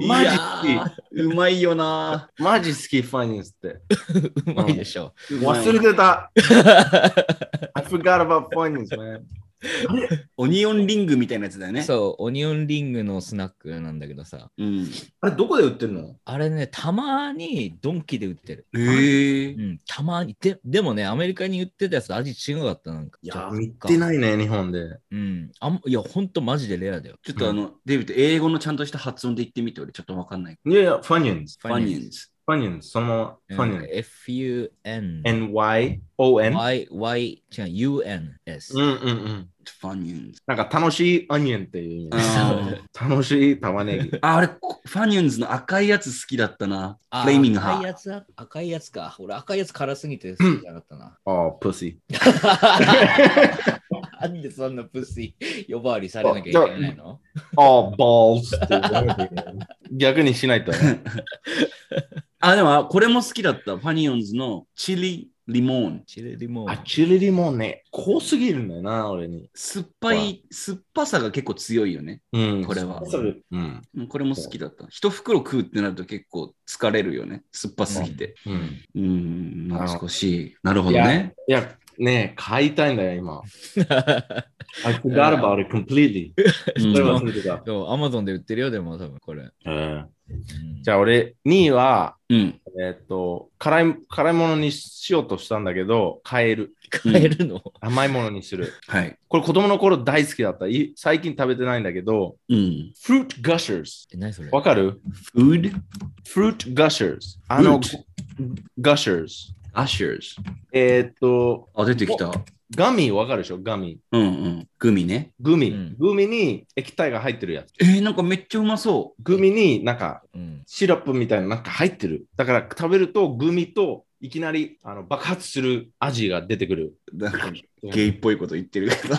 D: ニーマジ
A: いやーうまいよな
D: マジ好き、ファニーズって。
C: うまいでしょ。
A: ー。
D: 忘れ
A: る。
D: て (laughs) た。I forgot about ファニーズ、man.
A: オニオンリングみたいなやつだよね。う。
C: そう、オニオンリングのスナックなんだけどさ、
A: うん。
D: あれ、どこで売ってるの
C: あれね、たまにドンキで売ってる。
A: ええ
C: う。ん、たまに。ででもね、アメリカに売ってたやつと味違かった。なんか
D: いや、見て
C: い。
D: ないね、日本で。
C: うん。あんいや、ほんとマジでレアだよ。
A: ちょっとあの、デビット、英語のちゃんとした発音で言ってみて、俺ちょっとわかんない。
D: いやいや、ファニーズ。
A: ファニオンズ。
D: ファニーズ、そのまま。ファニーズ。
C: F-U-N。
D: N-Y-O-N。
C: Y、Y、違う、U-N-S
D: う。んうんうん。
A: ファニオンズ。
D: なんか楽しいオニオンっていう意味。
A: (laughs) あー
D: 楽しい玉ね (laughs) ぎ。
A: あ、俺、こファニュンズの赤いやつ好きだったな。
C: あ
A: フレーミング
C: 赤い
A: ハ
C: やつだ、赤いやつか。俺、赤いやつ辛すぎて好きじゃなかったな。 (laughs)
D: ああ、プシ
C: なんでそんなプスイ呼ばわりされなきゃいけないの
D: ー。ああ、ボールズって言わなきゃいけない。逆にしない (laughs) とね。
A: あ、でも、あこれも好きだった。ファニオンズのチリリモン。
C: チリリモ
D: あ、
C: ン。
D: チリリもね、濃すぎるんだよな、俺に。
A: 酸っぱい、酸っぱさが結構強いよね。
D: うん
A: これは
D: うん。
A: うんこれも好きだった。一袋食うってなると結構疲れるよね。酸っぱすぎて。
D: うん。
A: うん、
D: なるほど
A: 懐かしい。なるほどね。
D: いや、ね買いたいんだよ、今。I forgot about it completely.
A: うん
D: それ忘れてた。
C: (laughs) そう、アマゾンで売ってるよ、でも多分これ。
D: うんじ
C: じゃ
D: ゃあ、俺、2位は、
A: うん。
D: えーっと、辛い、辛いものにしようとしたんだけど、変える。
C: あ、買えるの、
D: 甘いものにする。
A: はい。
D: これ子供の頃大好きだった。い最近食べてないんだけど、
A: うん。
D: Fruit Gushers。
C: え、何それ
D: わかる
A: フード
D: ?Fruit Gushers。あの、Gushers。
A: アシューズ。
D: えーっと、
A: あ、出てきた。
D: ガミわかるでしょガミ。
A: うんうん。グミね。
D: グミ、
C: うん
D: グミに液体が入ってるやつ。
A: えー、なんかめっちゃうまそ
D: グミになんか
C: うん。
D: シロップみたいななんか入ってる。だから食べるとグミといきなりあの爆発する味が出てくる。
A: う。なんかゲイっぽいこと言ってる
D: (laughs)
A: けど。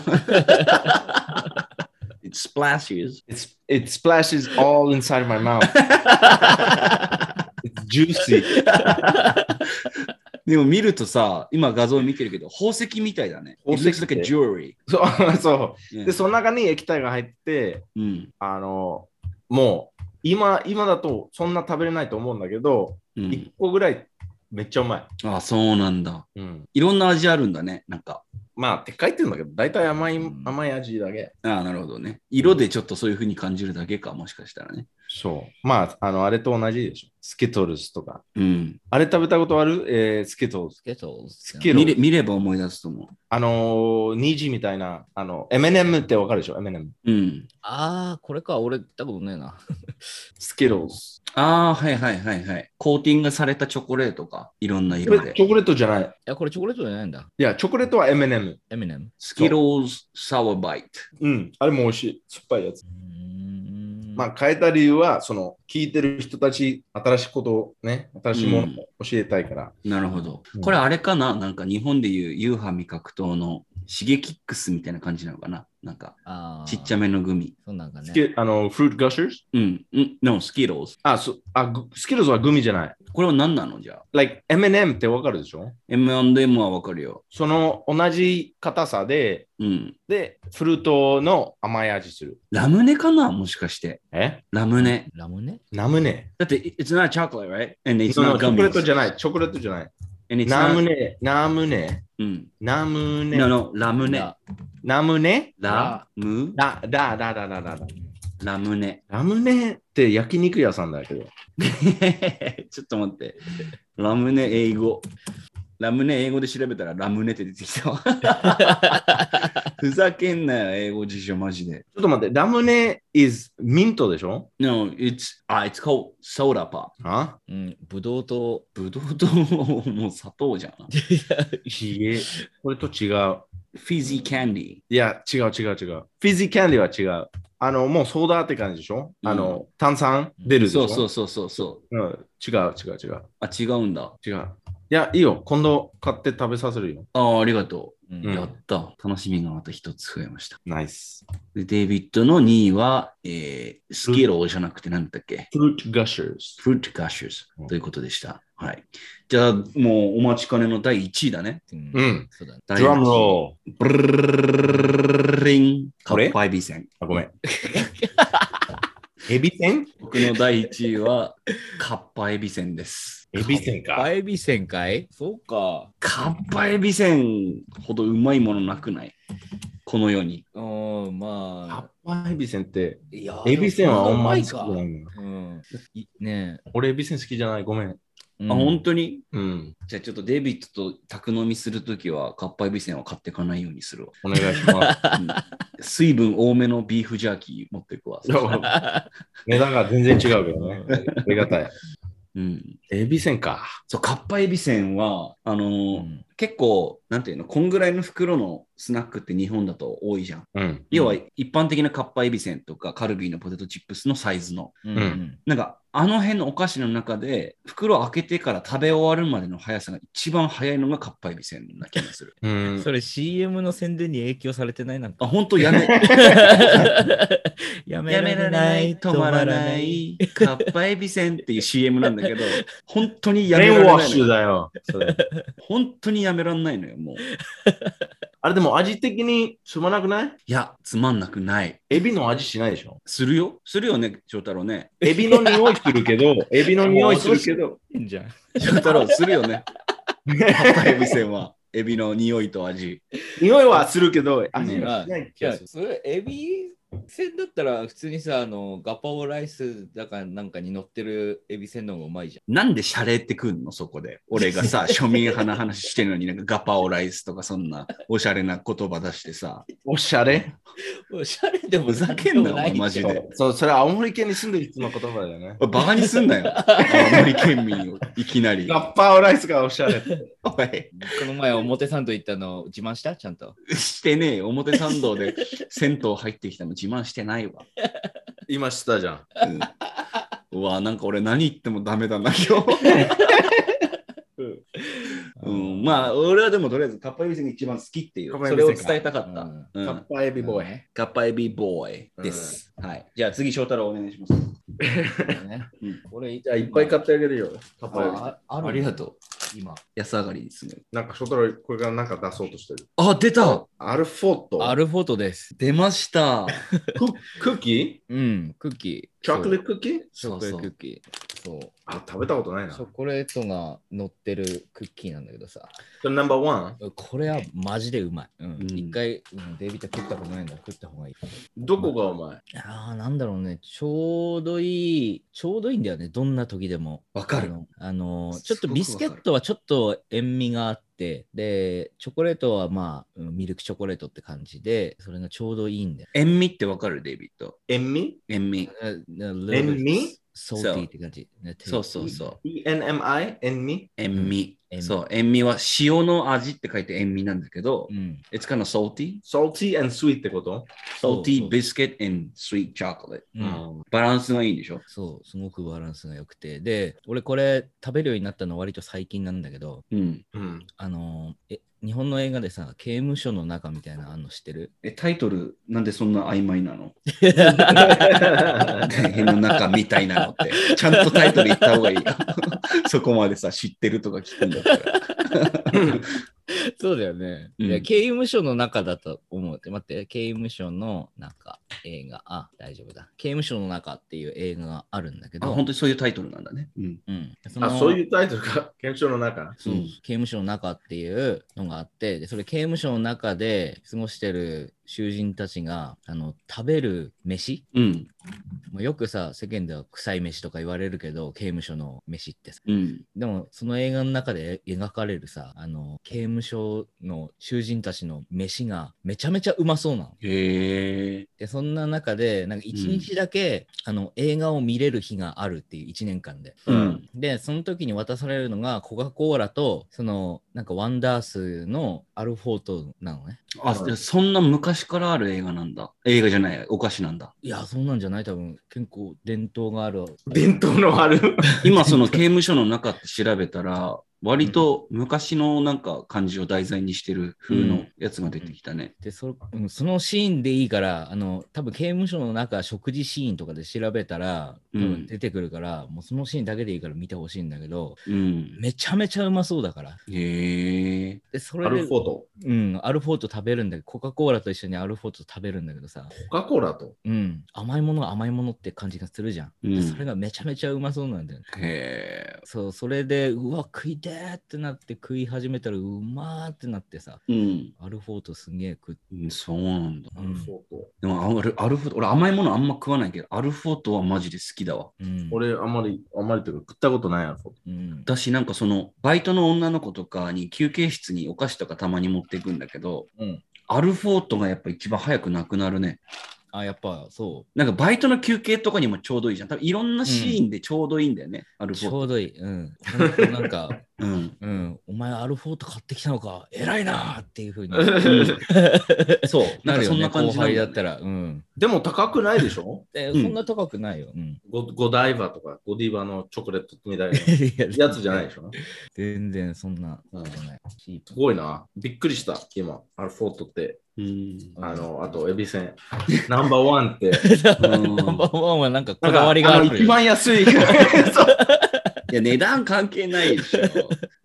A: It splashes.
D: It's, it splashes all inside my mouth. It's juicy. (laughs)
A: でも見るとさ、今画像見てるけど、宝石みたいだね。
D: 宝石
A: It looks like a jewelry.
D: そう。そうで、
A: ね
D: その中に液体が入って、
A: うん。
D: あの、もう今、今だとそんな食べれないと思うんだけど、
A: う
D: 一
A: ん、
D: 個ぐらいめっちゃうま
A: あ、そうなんだ。
D: い。うん。
A: いろんな味あるんだね。なんか。
D: まあ、って書いてるんだけど、大体甘い、甘い味だけ。
A: ああ、なるほどね。色でちょっとそういう風に感じるだけか、もしかしたらね。
D: そう。まあ、あの、あれと同じでしょ。スケトルスとか。
A: うん。
D: あれ食べたことあるえースケトルス。
C: スケトルズ
D: スケロ
A: 見れ見れば思い出すと思
D: あのー、ニジみたいな、あの、M&M ってわかるでしょ ?M&M。
A: う。うん。
C: ああ、これか、俺、行ったことねえな。
D: スケローズ。
A: ああ、はいはいはいはい。コーティングされたチョコレートか。いろんな
D: チ
A: 色で。
D: ョコレートじゃない。
C: いや、これチョコレートじゃないんだ。
D: いや、チョコレートは M&M。
C: エミネム。
A: スキローズサワーバイト。
D: うん。あれも美味しい。酸っぱいやつ
C: う。ーん
D: まあ、変えた理由は、その、聞いてる人たち、新しいことをね、新しいものを教えたいから。
A: なるほど
D: う。ん
A: これあれかななんか日本でいうユーハ味覚糖のシゲキックスみたいな感じなのかななんか
C: あー
A: ちっちゃ。めのグミ。
C: そうなんかね
D: ス。ケあの、フルーツガッシュス
A: うん。うん。のスキローズ。
D: あ、そあグスケローズはグミじゃない。
A: これは何なのじゃあ。
D: like M&M ってわかるでしょ
A: M&M はわかるよ。
D: その同じ硬さで、
A: うん。
D: で、フルートの甘い味する。
A: ラムネかなもしかして。
D: え
A: ラムネ。
C: ラムネ
D: ナムネ。
A: だって、It's not chocolate, right? And it's
D: その
A: not
D: チョコレー
A: gummies.
D: トじゃない、チョコレートじゃない。
A: And it's
D: ナム
A: not...
D: ネ、ナムネ、
A: うん。
D: ナム
A: No,
D: ネ、
A: no. ラムネ。
C: ラ
D: ナムネ、
A: ラム、
D: だ、だ、だ、だ、だ、だ、だ。
A: ラム (laughs) ネ。
D: ラムネって焼肉屋さんだけど。
A: ちょっと待って。ラムネ英語。ラムネ英語で調べたらラムネって出てきた
D: (laughs)
A: わ。ふざけんなよ、英語辞書マジで。
D: ちょっと待って、ラムネ is ミントでしょ
A: No, it's, あ、it's called soda pop.
D: あ
C: うん、ぶどうと、
A: ぶどうともう砂糖
D: (laughs)
A: じゃん。
D: ひげ。これと違う。
A: Fizzy candy.
D: いや、違う違う違う。フィジーキャンディーは違う。あの、もうソーダって感じでしょ、
A: うん
D: あの、炭酸出るでし
A: そ
D: ょ
A: うそう
D: そ
A: そうそうそう。
D: うん。違う違う違う。
A: あ、違うんだ。
D: 違う。いや、いいよ。今度買って食べさせるよ。
A: ああ、ありがと
C: う
A: う。
D: うん
A: やった。楽しみがまた一つ増えました。
D: ナイス。
A: で、デイビッドの2位は、えー、スキローじゃなくてなんだっけ
D: フルーツガッシュス。
A: フルーツガッシュズ
D: うん
A: ということでした。はい。じゃあ、もうお待ちかねの第1位だね。
C: うん
D: うん。
C: そうだね。
A: ド
D: ドラムロ
A: ール。ブルルリン。カ
D: これ
A: ッパエビセン。
D: ール。あ、ご (laughs) めん。エビせん
A: 僕の第1位は、 (laughs) カッパエビセンです。
D: エビせんか。
C: バエビ旋回そうか。
A: カッパエビセンほどうまいものなくないこの世に。
C: うん、
D: カッ
C: まあ。
D: パエビせんって、
C: いや
D: エビせんはあんまり好きじ
C: か。
D: ゃないの。
C: うん。いね
D: 俺エビせん好きじゃない。ごめん。
C: え。
A: あ、本当に
D: (laughs) うん。
A: じゃあちょっとデイビッドと宅飲みするときは、カッパエビセンは買っていかないようにするわ。
D: お願いします。
A: うん水分多めのビーフジャーキー持っていくわ。
D: (laughs) 値段が全然違うけどね。ありがたい。
A: うん。
D: エビせんか。
A: そう、カッパエビセンは、あのー
C: うん
A: 結構、なんていうの、こんぐらいの袋のスナックって日本だと多いじゃん。
D: うん。
A: 要は、一般的なカッパエビセンとかカルビーのポテトチップスのサイズの。
C: うんうん。
A: なんか、あの辺のお菓子の中で、袋を開けてから食べ終わるまでの速さが一番速いのがカッパエビセンな気がする。
D: うん
C: それ CM の宣伝に影響されてないなんか。(laughs)
A: あ、本当や (laughs) め、
C: や
A: やめられない、止まらな。い、カッパエビセンっていう CM なんだ (laughs) けど、本当にやめ
D: レ
A: ら
D: ン
A: れ
D: ワッ
A: ない
D: シ
A: の
D: ュ
A: よ。
D: だよ。それ
A: 本当にやめらんないのよ、もう。
D: あれでも味的にすまなくない
A: いや、つまんなくない。
D: エビの味しないでしょ
A: するよするよね、翔太郎ね。
D: エビの匂いするけ (laughs) ど、エビの匂いするけど、
C: いいんじゃん。
A: 翔太郎、するよ (laughs) ね。パッパエビセンは、エビの匂いと味。
D: 匂いはするけど、味
C: ま
D: が
C: あ
D: しない
C: い
D: 気が
C: や
D: す、る。
C: それ、エビせんだったら、普通にさ、あの、ガパオライスだかなんかに乗ってるエビせんの方がうまいじ
A: なんでシャレってくんのそこで。俺が
D: (laughs)
A: さ、庶民派な話してるのに、なんかガパオライスとかそんなおしゃれな言葉出してさ。
D: おしゃれ
C: ゃん。おしゃれでも
A: ふざけんなよ、お前マジ
C: で。
A: で。
D: そう、それは青森県に住んでる人の言葉だよね。
A: おいバカにすんなよ。青森県民をいきなり。
D: ガッパーライスがおしゃれ。
A: おい
C: この前、表参道行ったの自慢したちゃんと。
A: してねえよ。表参道で銭湯入ってきたの自慢してないわ。
D: 今したじゃん。
A: うん、うわ、なんか俺何言ってもダメだな、今
D: (laughs)
A: 日。うん、まあ、俺はでもとりあえずカッパエビセンが一番好きっていう、
D: カッパエ
A: そ
D: ビ
A: れ
D: セン
A: を
D: か
A: 伝えたかった。
C: うん
A: うん
D: カッパーエビボーイ。
A: カッパエビボーイです。はい。じゃあ次、翔太郎お願いします。
C: ね
A: うん
C: これ、
D: じゃあいっぱい買ってあげるよ。カッパーエビ。
C: ああ
A: あ
C: る
A: りがとう。
C: 今。
A: 安上がりですね。
D: なんか、翔太郎、これからなんか出そうとしてる。
A: あ、出た
D: アルフォート。
C: アルフォートです。
A: 出ました。
D: ククッキ
C: うん、クッキ
D: チョコレートクッキー
A: チョコレートクッキ
C: そう。
D: あ、食べたことないな
C: チ。ョコレートが乗ってるクッキーなんだけどさ、
D: それナンバーワン
C: これはマジでうまい。うん
A: うん
C: 一回、うん、デイビッド食ったことないんだ食った方がいい。
D: どこがお前
C: ああ、なんだろうね。ちょうどいい、ちょうどいいんだよね。どんな時でも。
A: わかる
C: あの、あの
A: す
C: ちょっと
A: ごくわ
C: ビ
A: かる
C: スケットはちょっと塩味があって、で、チョコレートはまあ、うんミルクチョコレートって感じで、それがちょうどいいんだよ。
A: ー。塩味ってわかる、デイビッド。
D: 塩味
A: 塩味。
C: 塩
D: 塩味
C: ソーティーって感じ。ね
A: そうそうそう。
D: ?ENMI? 塩味
A: 塩味
C: 塩。味
A: そう、塩味は塩の味って書いて塩味なんだけど
C: う、ん。
A: It's kind of salty.
D: ?Salty and sweet ってこと
C: そう
A: Salty biscuit and sweet chocolate.
C: うん
A: バランスがいいんでしょ
C: そう、すごくバランスが良くて。で、俺これ食べるようになったの割と最近なんだけど、
A: うん。
D: うん。
C: あのえ、日本の映画でさ、刑務所の中みたいなのあんの知ってる
A: え、タイトル、なんでそんな曖昧なの
D: あ
A: 大 (laughs) 変の中みたいなのって。ちゃんとタイトル言った方がいいよ。 (laughs) そこまでさ、知ってるとか聞くんだったら。
C: そうだよね。
A: うん
C: いや、刑務所の中だと思う。待って、刑務所の中、映画、あ、大丈夫だ。刑務所の中っていう映画があるんだけ
A: あ
C: ど、
A: 本当にそういうタイトルなんだね。うん。
C: うん、その
D: そういうタイトルか。検証の中。
C: そう
A: うん
C: 刑務所の中っていうのがあってでそれ刑務所の中で過ごしてる囚人たちがあの食べる飯、
A: うん。
C: まあ、よくさ世間では臭い飯とか言われるけど刑務所の飯ってさ
A: うん。
C: でもその映画の中で描かれるさあの刑務所の囚人たちの飯がめちゃめちゃうまそうなの。
A: へえ。
C: でそんな中でなんか一日だけ、あの映画を見れる日があるっていう1年間で。
A: うん。
C: で、その時に渡されるのが、コカ・コーラと、その、なんか、ワンダースのアルフォートなのね。
A: あ、でそんな昔からある映画なんだ。映画じゃない、お菓子なん (laughs) だ。
C: いや、そんなんじゃない、多分、結構、伝統がある。
D: 伝統のある。
A: 今、その刑務所の中って調べたら、割と昔のなんか漢字を題材にしてる風のやつが出てきたね。
C: でそ、うん、そのシーンでいいから、あの、多分、刑務所の中、食事シーンとかで調べたら、多
A: う
C: 分
A: ん
C: 出てくるから、もうそのシーンだけでいいから見てほしいんだけど、
A: うん。
C: めちゃめちゃうまそうだから。
A: へえ。
C: で、そ
D: ア
C: れ
D: ル
C: で
D: フ、ォート。
C: うん、アルフォート食べるんだけど、コカ・コーラと一緒にアルフォート食べるんだけどさ、
D: コカ・コーラと。
C: うん、甘いものは甘いものって感じがするじゃん。
A: うん
C: でそれがめちゃめちゃうまそうなんだよね。
A: へ
C: そう、それで、うわ、食いてーってなって食い始めたら、うまーってなってさ、
A: え。うん。
C: アルフォートすんげえ食って、
A: うんそうなんだ。
C: う
D: アル
C: ん
D: フォート。
A: でもアルアルフォート、俺甘いものあんま食わないけど、アルフォートはマジで好きだわ。
C: うん、
D: 俺、あんまり、あんまりというか、食ったことないアルフォート。
C: うん、
A: だし、なんかその、バイトの女の子とかに休憩室にお菓子とかたまに持っていくんだけど、
C: うん
A: アルフォートがやっぱ一番早くなくなるね。
C: あ、やっぱそ
A: なんかバイトの休憩とかにもちょうどいいじゃん。多分いろんなシーンでちょうどいいんだよね、アル
C: う、
A: フ
C: ち
A: ォー
C: ょ
A: ト。
C: うどいい。うん、本当なん (laughs) か、
A: うん。
C: うん、お前アルフォート買ってきたのか、偉いなーっていうふ (laughs) うに。
A: そう。な
C: なんるよ
A: かそん
C: ね、
A: な感
C: 後
A: じなん
C: 輩だ
A: だよ
C: っ
A: ね
C: たら。うん。
D: でも高くないでしょ
C: で
A: うん
C: そんな高くないよ。うん。
D: ゴゴダイバとか、ゴディバのチョコレートみたいな
C: い
D: やつじゃないでしょ
C: 全然そんな
D: うん
C: ことない。チー
D: す
C: プ
D: ごいな。びっくりした、今。アルフォートって。
A: (laughs)
D: あの、あと、エビせん。ナンバーワンって。
A: うん
C: ナンバーワンはなんかこだわりがあ
D: な
C: る
D: ん
C: よね。
D: かの一番安い。そう
A: いや、値段関係ないでしょ。
D: い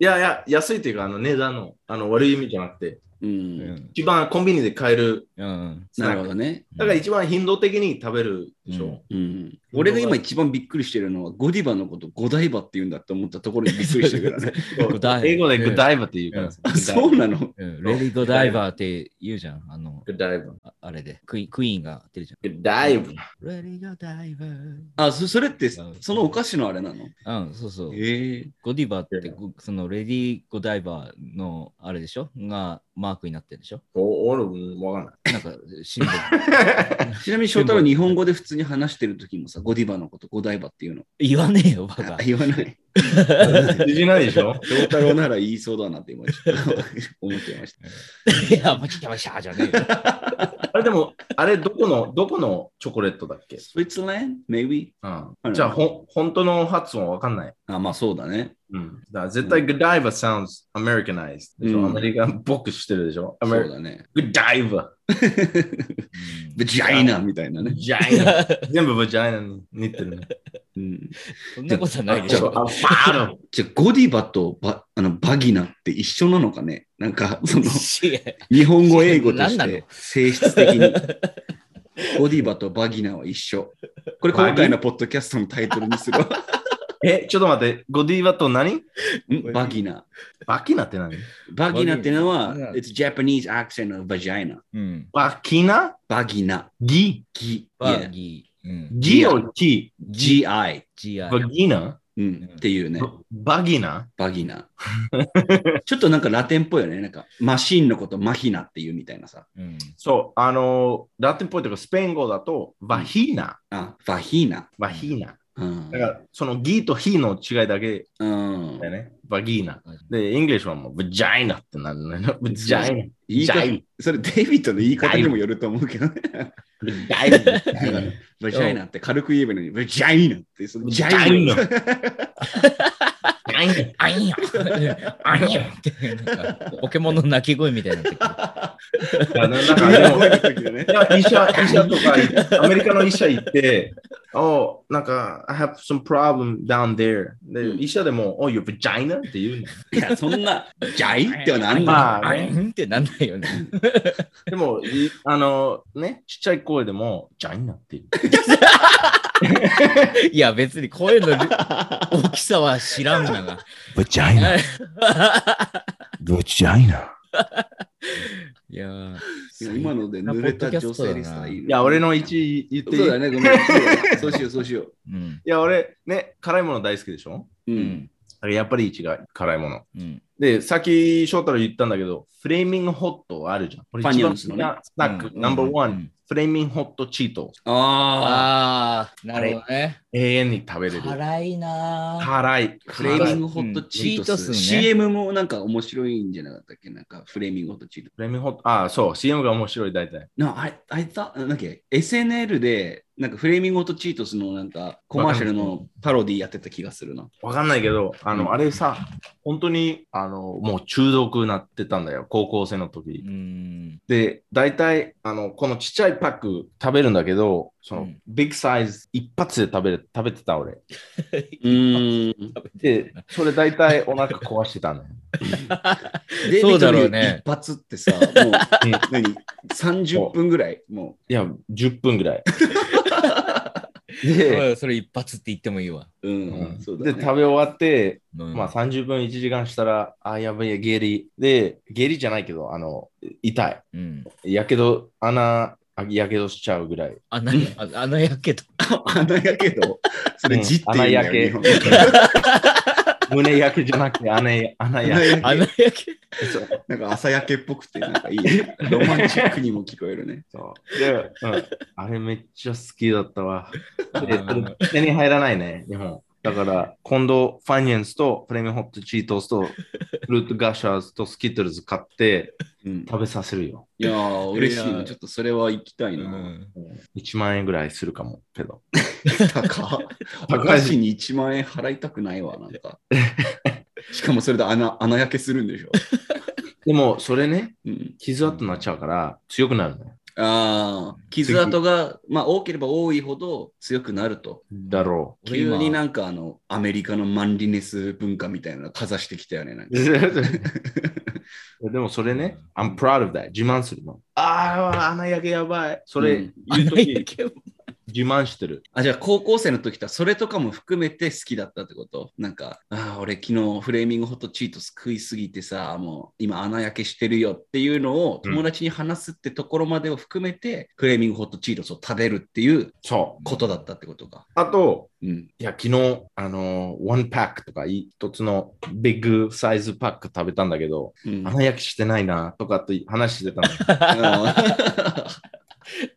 D: やいや、安いっていうか、あの、値段の、あの、悪い意味じゃなくて、
A: う。
C: うんん。
D: 一番コンビニで買える。
C: うん。
A: なるほどね。
D: だから一番頻度的に食べるでしょ、
C: うん
A: うん、俺が今一番びっくりしてるのは、ゴディバのこと、ゴダイバって言うんだって思ったところにびっくりしてるからね。
C: ゴダイバ
D: 英語でグダイバって言うから
C: う
D: さ。
A: あ、 (laughs) そうなの
C: うんレディーゴダイバーって言うじゃん。あの、
D: グダイバ。
C: ああれでクイ、クイーンが出るじ
D: グダイ
C: ゃ
D: バ。
C: ん。レディーゴダイバー。
A: あそ、それって、そのお菓子のあれなの
C: うん、そうそう。
A: ええ
C: ゴディバーって、ごそのレディーゴダイバーのあれでしょがマークになってるでしょ
D: お、俺もわかん
C: (laughs)
D: ない。
C: なんか、シンボル。
A: ちなみに翔太郎、日本語で普通に話してる時もさ、ゴディバのこと、ゴダイバっていうの。
C: 言わねえよ、バカ (laughs)
A: あ。言わない。
D: 知らないでしょ
A: (laughs) 翔太郎なら言いそうだなって今ちょっと思っちゃい (laughs) ました。
C: いや、マジでマシャーじゃねえよ。
D: あれでも、あれどこの、どこのチョコレートだっけ、
A: スイツラン ?Maybe?
D: うん、じゃあ、ほん、本当の発音わかんない。
A: あ、まあそうだね。
D: うん、だから絶対 Godiva sounds Americanized でしょ、
A: うん
D: アメリカンっぽくしてるでしょア
A: そ
D: メ
A: う
D: リ
A: だね。
D: Godiva!
A: ブジャイナみたいなね。
D: Vagina! 全部 Vagina に似てるね。
A: うん、
C: そんなことはないで
D: ち
C: し
D: ょ
C: ょ
D: っ。とアファード
A: じゃあゴディバとバあのバギナって一緒なのか (laughs) ねなんか、その、
C: (laughs) 違う
A: 日本語、英語と
C: 何
A: し
C: なの
A: て性質的に。ボディバとバギナは一緒。これ今回のポッドキャストのタイトルにするわ。
D: え、ちょっと待って、ゴディバと何
A: んバギナ。
D: バキナって何
A: バギナってのは
C: バギナ、
A: It's Japanese accent of vagina.
C: うん。
D: バキナ
A: バギナ。
D: ギ
A: ギ、
C: バギー、うん。
D: ギをキ
A: GI、
D: バ
C: GI。
D: ギナ
A: うん、っていうね、
D: バギナ
A: バギナ。ちょっとなんかラテンっぽいよね。なんかマシンのことマヒナっていうみたいなさ。
C: うん。
D: そう、あのー、ラテンっぽいというか、スペイン語だと、バヒーナ。
A: あ、バヒーナ。
D: バヒーナ。
A: うん
D: だ。から、そのギとヒの違いだけ
A: うん
D: だよね。バギーナ。で、イングリッシュはもう、ブジャイナってなるのよ。ブジャイナ。
A: 言い
D: ジャ
A: 方
D: イナ。
A: それデイビッドの言い方にもよると思うけどね。
D: ブジャ
A: (laughs)
D: イナ。
A: バジャイナって軽く言えばいいのに、バジャイナって、そのジ
D: ジ
A: ャ
D: ャ
A: イ
D: イ
A: ナ
D: ナ。。ジャイナ
C: あんよあんよって、なんかポケモンの鳴き声みたいになってくる。
D: あのなんかでも
A: 声の時のね
D: いや医者、医者とか、アメリカの医者行って、oh, なんか、I have some problem down there. で、
A: うん
D: 医者でも、oh, your vagina? って言うの。
A: (laughs) いや、そんな、ジャイってはなんだ。
D: まあ、
C: あ
D: ね、
C: んってなんないよね。
D: でも、いあの、ね、ちっちゃい声でも、ジャイナって言う。
C: いや、別に声の大きさは知らんだが。
B: ブジャイナ、ブジャイナ。
C: いやー、
A: 今ので濡れた女性リストはいい
D: いや、俺の
A: 一
D: 一位言っていい
A: そうだね、ごめん。そうしよう、そうしよ
C: うん。
D: いや、俺、ね、辛いもの大好きでしょ
A: う。う。
C: うんん。
D: だからやっぱり一が辛いもの。
C: うん。
D: で、さっき翔太郎言ったんだけど、フレーミングホットあるじゃん。俺
A: パニオンズの
D: 一
A: ね
D: 番好きなスナック、
C: うん
D: ナンバーワン、
C: うん
D: フレーミングホットチート。
A: ああ、
C: ああ、なるほどね。
D: 永遠に食べれる。
C: 辛いな
D: 辛い。
A: フレーミング
D: グ。
A: ホットチートス。
C: うんチートスね
A: CM もなんか面白いんじゃなかったっけなんか、フレーミングホットチート
D: フレーミングホット。ああ、そう。CM が面白い、大体。
A: No, I, I thought, なんだっけ ?SNL で、なんかフレーミングホットチートスのなんかコマーシャルのパロディやってた気がするな。
D: わかんないけど、あ
A: う
D: の、
A: ん
D: あれさ、本当に、あの、もう中毒になってたんだよ。高校生の
C: う
D: 時。
C: ん。
D: で、大体、あの、このちっちゃいパック食べるんだけど、その、
C: うん
D: ビッグサイズ一発で食べれ食べてた、俺。
A: うーん。
D: で、それ大体お腹壊してたんだよ。
A: デイビッド
C: そうだろうね
A: 一発ってさ、もう、何 ?30 分ぐらいも
D: いや、10分ぐらい。で、
C: うんそれ一発って言ってもいいわ。
A: う。う。
D: うんん
A: そうだ、
D: で
A: ね。
D: 食べ終わって、
C: うん
D: まあ、30分1時間したら、あ、やばいや、下痢。で、下痢じゃないけど、あの、痛い。
C: うん。
D: やけど、穴、あやけどしちゃうぐらい。
C: 穴や、あ穴やけ (laughs) ど。
A: 穴やけど、それ字って言うんだよ、日
D: うん
A: 本で
D: 胸焼けじゃなくて、穴や、穴や
A: 穴
D: け。
A: 焼け
C: 穴やけ
D: そう
A: なんか朝焼けっぽくて、なんかいい。ロマンチックにも聞こえるね。
D: そうで、うん、あれめっちゃ好きだったわ。で
C: あー
D: 手に入らないね、日本。だから、今度、ファニエンスとプレミアムホットチートスと、フルートガッシャーズとスキットルズ買って
A: うん、
D: 食べさせるよ。
A: いやー、嬉しい
C: いや
A: な。
C: ー
A: ちょっとそれは行きたいな。
C: うん
D: 1万円ぐらいするかも、けど。
A: 高っお
D: 高
A: 菓
D: い
A: 子に1万円払いたくないわ、なんか。しかもそれで穴穴焼けするんでしょ。
D: でも、それね、
A: うん、
D: 傷跡になっちゃうから、強くなるね。
A: ああ、傷跡が、まあ、多ければ多いほど強くなると。
D: だろ
C: 俺
A: 急
C: 今
A: になんかあのアメリカのマンリネス文化みたいなのかざしてきたよね。なん (laughs)
D: う。
A: か
D: でも、それね、I'm proud of that. 自慢するの。ああ、穴焼けやばい。それ、
A: うん
D: 言うと
C: 穴や
D: き、
C: けど
D: 自慢してる。
A: あじゃあ高校生の時とはそれとかも含めて好きだったってことなんか、ああ、俺昨日フレーミングホットチートス食いすぎてさ、もう今穴焼けしてるよっていうのを
D: うん
A: 友達に話すってところまでを含めて、フレーミングホットチートスを食べるっていう
D: そう。
A: ことだったってことか。
D: あと、
A: うん。
D: いや、昨日、あのー、ワンパックとか、一つのビッグサイズパック食べたんだけど、
A: うん、
D: 穴焼きしてないな、とかって話してたの。
A: あ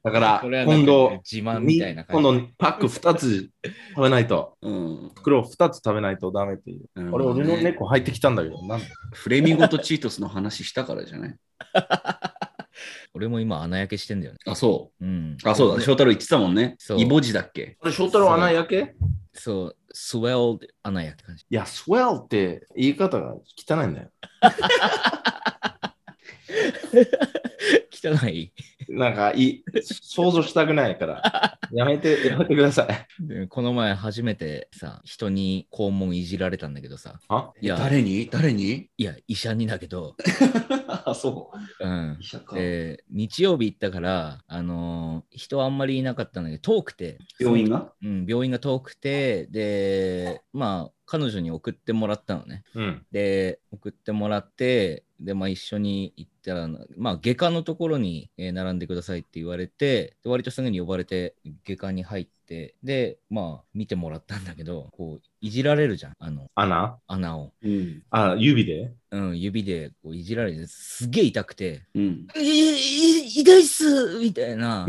D: だから
C: これ、はなんか
D: 今度、
C: 自慢みたいな
D: 今
C: 感じ。
D: 度、パック2つ食べないと、
A: ーうん
D: 袋2つ食べないとダメっていう。
A: なるほ
D: 俺、
A: どね
D: 俺の猫入ってきたんだけど、なんで
A: フレーミングホットチートスの話したからじゃない
C: 俺も今穴やけしてんだよね。
A: あ、そ
C: うん。
A: う。あ、そうだ。翔太郎言ってたもんね。
C: そう
A: イボジだっ
D: (laughs)
A: け
D: あれ、翔太郎穴焼けい
C: そう、スウェル穴やって感じ。
D: や、スウェルって言い方が汚いんだよ。
C: 汚い。
D: なんか、いい想像したくないから。やめて、やめてください。
C: でこの前初めてさ、人に肛門いじられたんだけどさ、
D: あ
C: いや、
A: 誰に誰に
C: いや医者にだけ (laughs) ど、
A: あ、そう。
C: うん
A: 医、者か。
C: で日曜日行ったから、あのー人あんまりいなかったんだけど、遠くて、
A: 病院が
C: うん、病院が遠くて、で、まあ、彼女に送ってもらったのね。
D: うん。
C: で、送ってもらって、で、まあ、一緒に行ったら、まあ、外科のところに、えー並んでくださいって言われて、で割とすぐに呼ばれて、外科に入って、で、まあ、見てもらったんだけど、こう、いじられるじゃん、あの、
D: 穴
C: 穴を。
A: うん。
D: あ、指で
C: うん、指でこういじられて、すげえ痛くて、
A: うん。
C: いい痛いっすみたい
A: (laughs)
C: な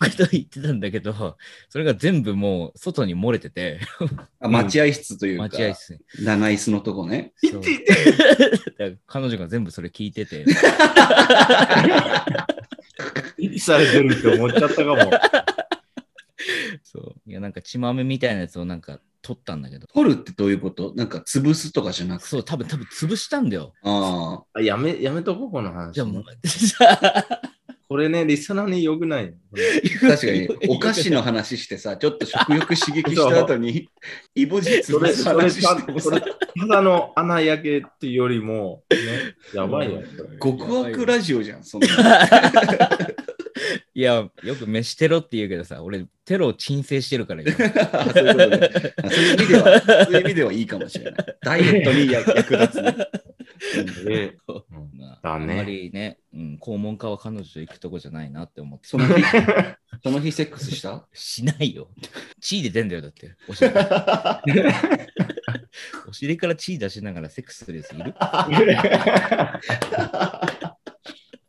C: こと言ってたんだけど、それが全部もう外に漏れてて、
A: あ待合室というか、
C: 待合室に。
A: 長椅子のとこね。
C: そう (laughs) だから彼女が全部それ聞いて
A: (laughs)
C: て、
D: いつされてるって思っちゃったかも。
C: そういやなんか血豆みたいなやつをなんか取ったんだけど、
A: 取るってどういうことなんか潰すとかじゃなくて。
C: そう、多分多分潰したんだよ。
A: あ
D: あやめ、やめとこう、この話。
C: じゃあもう、 (laughs) 確
D: これね、リスナーに良くない。
A: あ、確かに、お菓子の話してさ、ちょっと食欲刺激した後に、イボジ
D: そ
A: 潰
D: れ、
A: す
D: それ、
A: 話
D: た
A: しても
D: そ
A: さ
D: れ、、ただの穴焼けっていうよりも、ね、やばいよ。 (laughs)
A: 極悪ラジオじゃん、そんな。
C: いや、よく飯テロって言うけどさ、俺、テロを鎮静してるから今
A: (laughs) そういうことねそういう意味では、そういう意味ではいいかもしれない。ダイエットに役役立つね。
D: え
C: まあ、
D: だ
C: あん
D: ね
C: まりね、うん、肛門科は彼女と行くとこじゃないなって思って
A: その日、その日セックスした
C: しないよ。血出てんだよ、だって。お
A: (laughs)
C: 尻からお尻から血出しながらセックスするやつい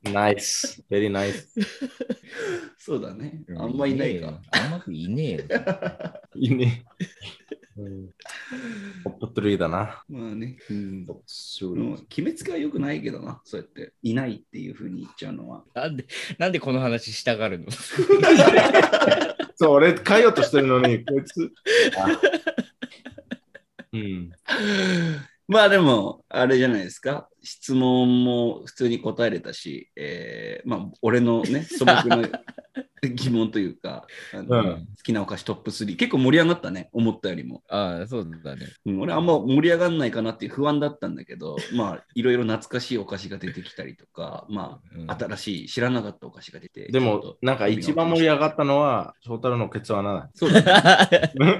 C: る
D: (laughs) ナイス。ベリーナイス。
A: そうだね。あんまいな
C: ね。
A: いか
C: えよあんまりいねえよ。
D: いいね。ホップトリーだな。
A: まあね。うん
D: そう
A: もう決めつけは良くないけどな、そうやって。いないっていうふうに言っちゃうのは。
C: なんで、なんでこの話したがるの
D: そう、俺変えようとしてるのに、こいつ。うん。
A: まあでも、あれじゃないですか。質問も普通に答えれたし、えーまあ、俺の
D: (laughs)
A: ね、素朴な疑問というか、あの
D: うん
A: 好きなお菓子トップ3、結構盛り上がったね、思ったよりも。
C: ああ、そうだね。
A: うん俺あんま盛り上がんないかなっていう不安だったんだけど、まあ、いろいろ懐かしいお菓子が出てきたりとか、ま
C: うん
A: あ、新しい、知らなかったお菓子が出て。
D: で
A: ちょっ
D: も
A: と、
D: なんか一番盛り上がったのは、翔太郎のケツ穴だ。
A: そうだ
D: (laughs)
A: ね。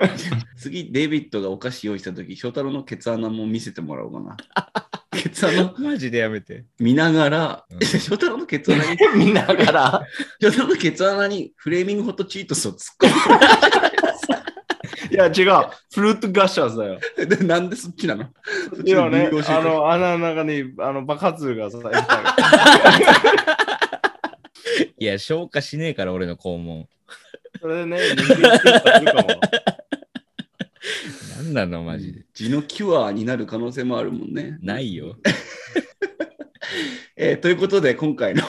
A: 次、デイビッドがお菓子用意したとき、翔太郎のケツ穴も見せてもらおうか
D: (laughs)
A: な。ケツ穴
C: (laughs) マジでやめて。
A: 見ながら、
C: うん
A: (laughs) 翔太郎のケツ穴に、
D: みんなから、
A: 翔太郎のケツ穴にフレーミングホットチートスを突っ
D: いや違う、フルーツガッシャーズだよ。
A: 込む。で (laughs) なんでそっちなのそっ
D: い
A: ち
D: やね
A: 理由を、教えて
D: あの穴の中にあの爆発がさ、液体が
C: いや、消化しねえから、俺の肛門。
D: それでね、人間っていうかも
C: なんなの、マジで。
A: 地のキュアになる可能性もあるもんね。
C: ないよ。
A: えーということで、今回の、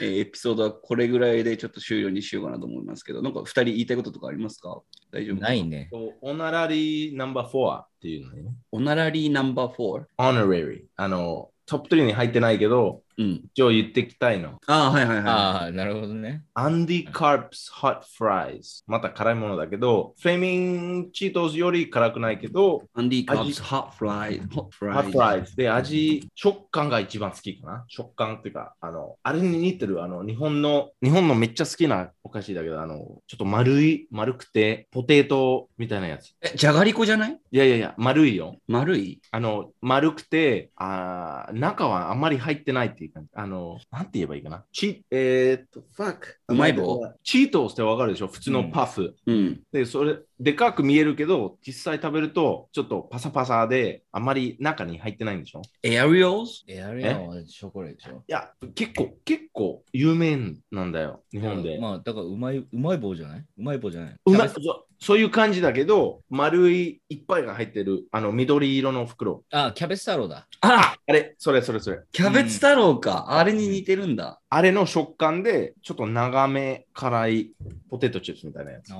A: えーエピソードはこれぐらいでちょっと終了にしようかなと思いますけど、なんか2人言いたいこととかありますか大丈夫
C: ないね。
D: オナラリーナンバー4っていうのね。
A: オナラリーナンバー4。
D: オナラリー。あの、トップ3に入ってないけど、
A: うん。
D: 一応言ってきたいの。
A: ああ、はいはいは
C: ああ、なるほどね。
D: アンディカープスホットフライズ。また辛いものだけど、フレーミングチートスより辛くないけど、
A: い。アンディ・カープ
D: 味
A: ス、ハッフライ、ホッフ
D: ハ
A: ラ
D: ッ
A: イ
D: ト。ライズで味、食感が一番好きかな。食感っていうか、あの、あれに似てる、あの、日本の、日本のめっちゃ好きなお菓子だけど、あの、ちょっと丸い、丸くて、ポテトみたいなやつ。
A: え、じゃがりこじゃない
D: いやいやいや、丸いよ。
A: 丸い
D: あの、丸くて、あー中はあんまり入ってないっていう感じ。あの、なんて言えばいいかな。チえー、っと、ファック。
A: うまい棒
D: チートスってわかるでしょ普通のパフ。
A: うん。
D: で、それ、でかく見えるけど、実際食べると、ちょっとパサパサで、あんまり中に入ってないんでしょ
A: エアリオス
C: エアリアンはショコラでしょ。
D: いや、結構、結構有名なんだよ、日本で。
C: まあ、だから、うまい、うまい棒じゃないうまい棒じゃないう
D: まそうそういう感じだけど、丸いいっぱいが入ってる、あの緑色の袋。
C: あ、キャベツ太郎だ。
A: あら
D: あれ、それそれそれ。
A: キャベツ太郎か、あれに似てるんだ。
D: あれの食感で、ちょっと長め辛いポテトチップスみたいなやつ。
C: ああ。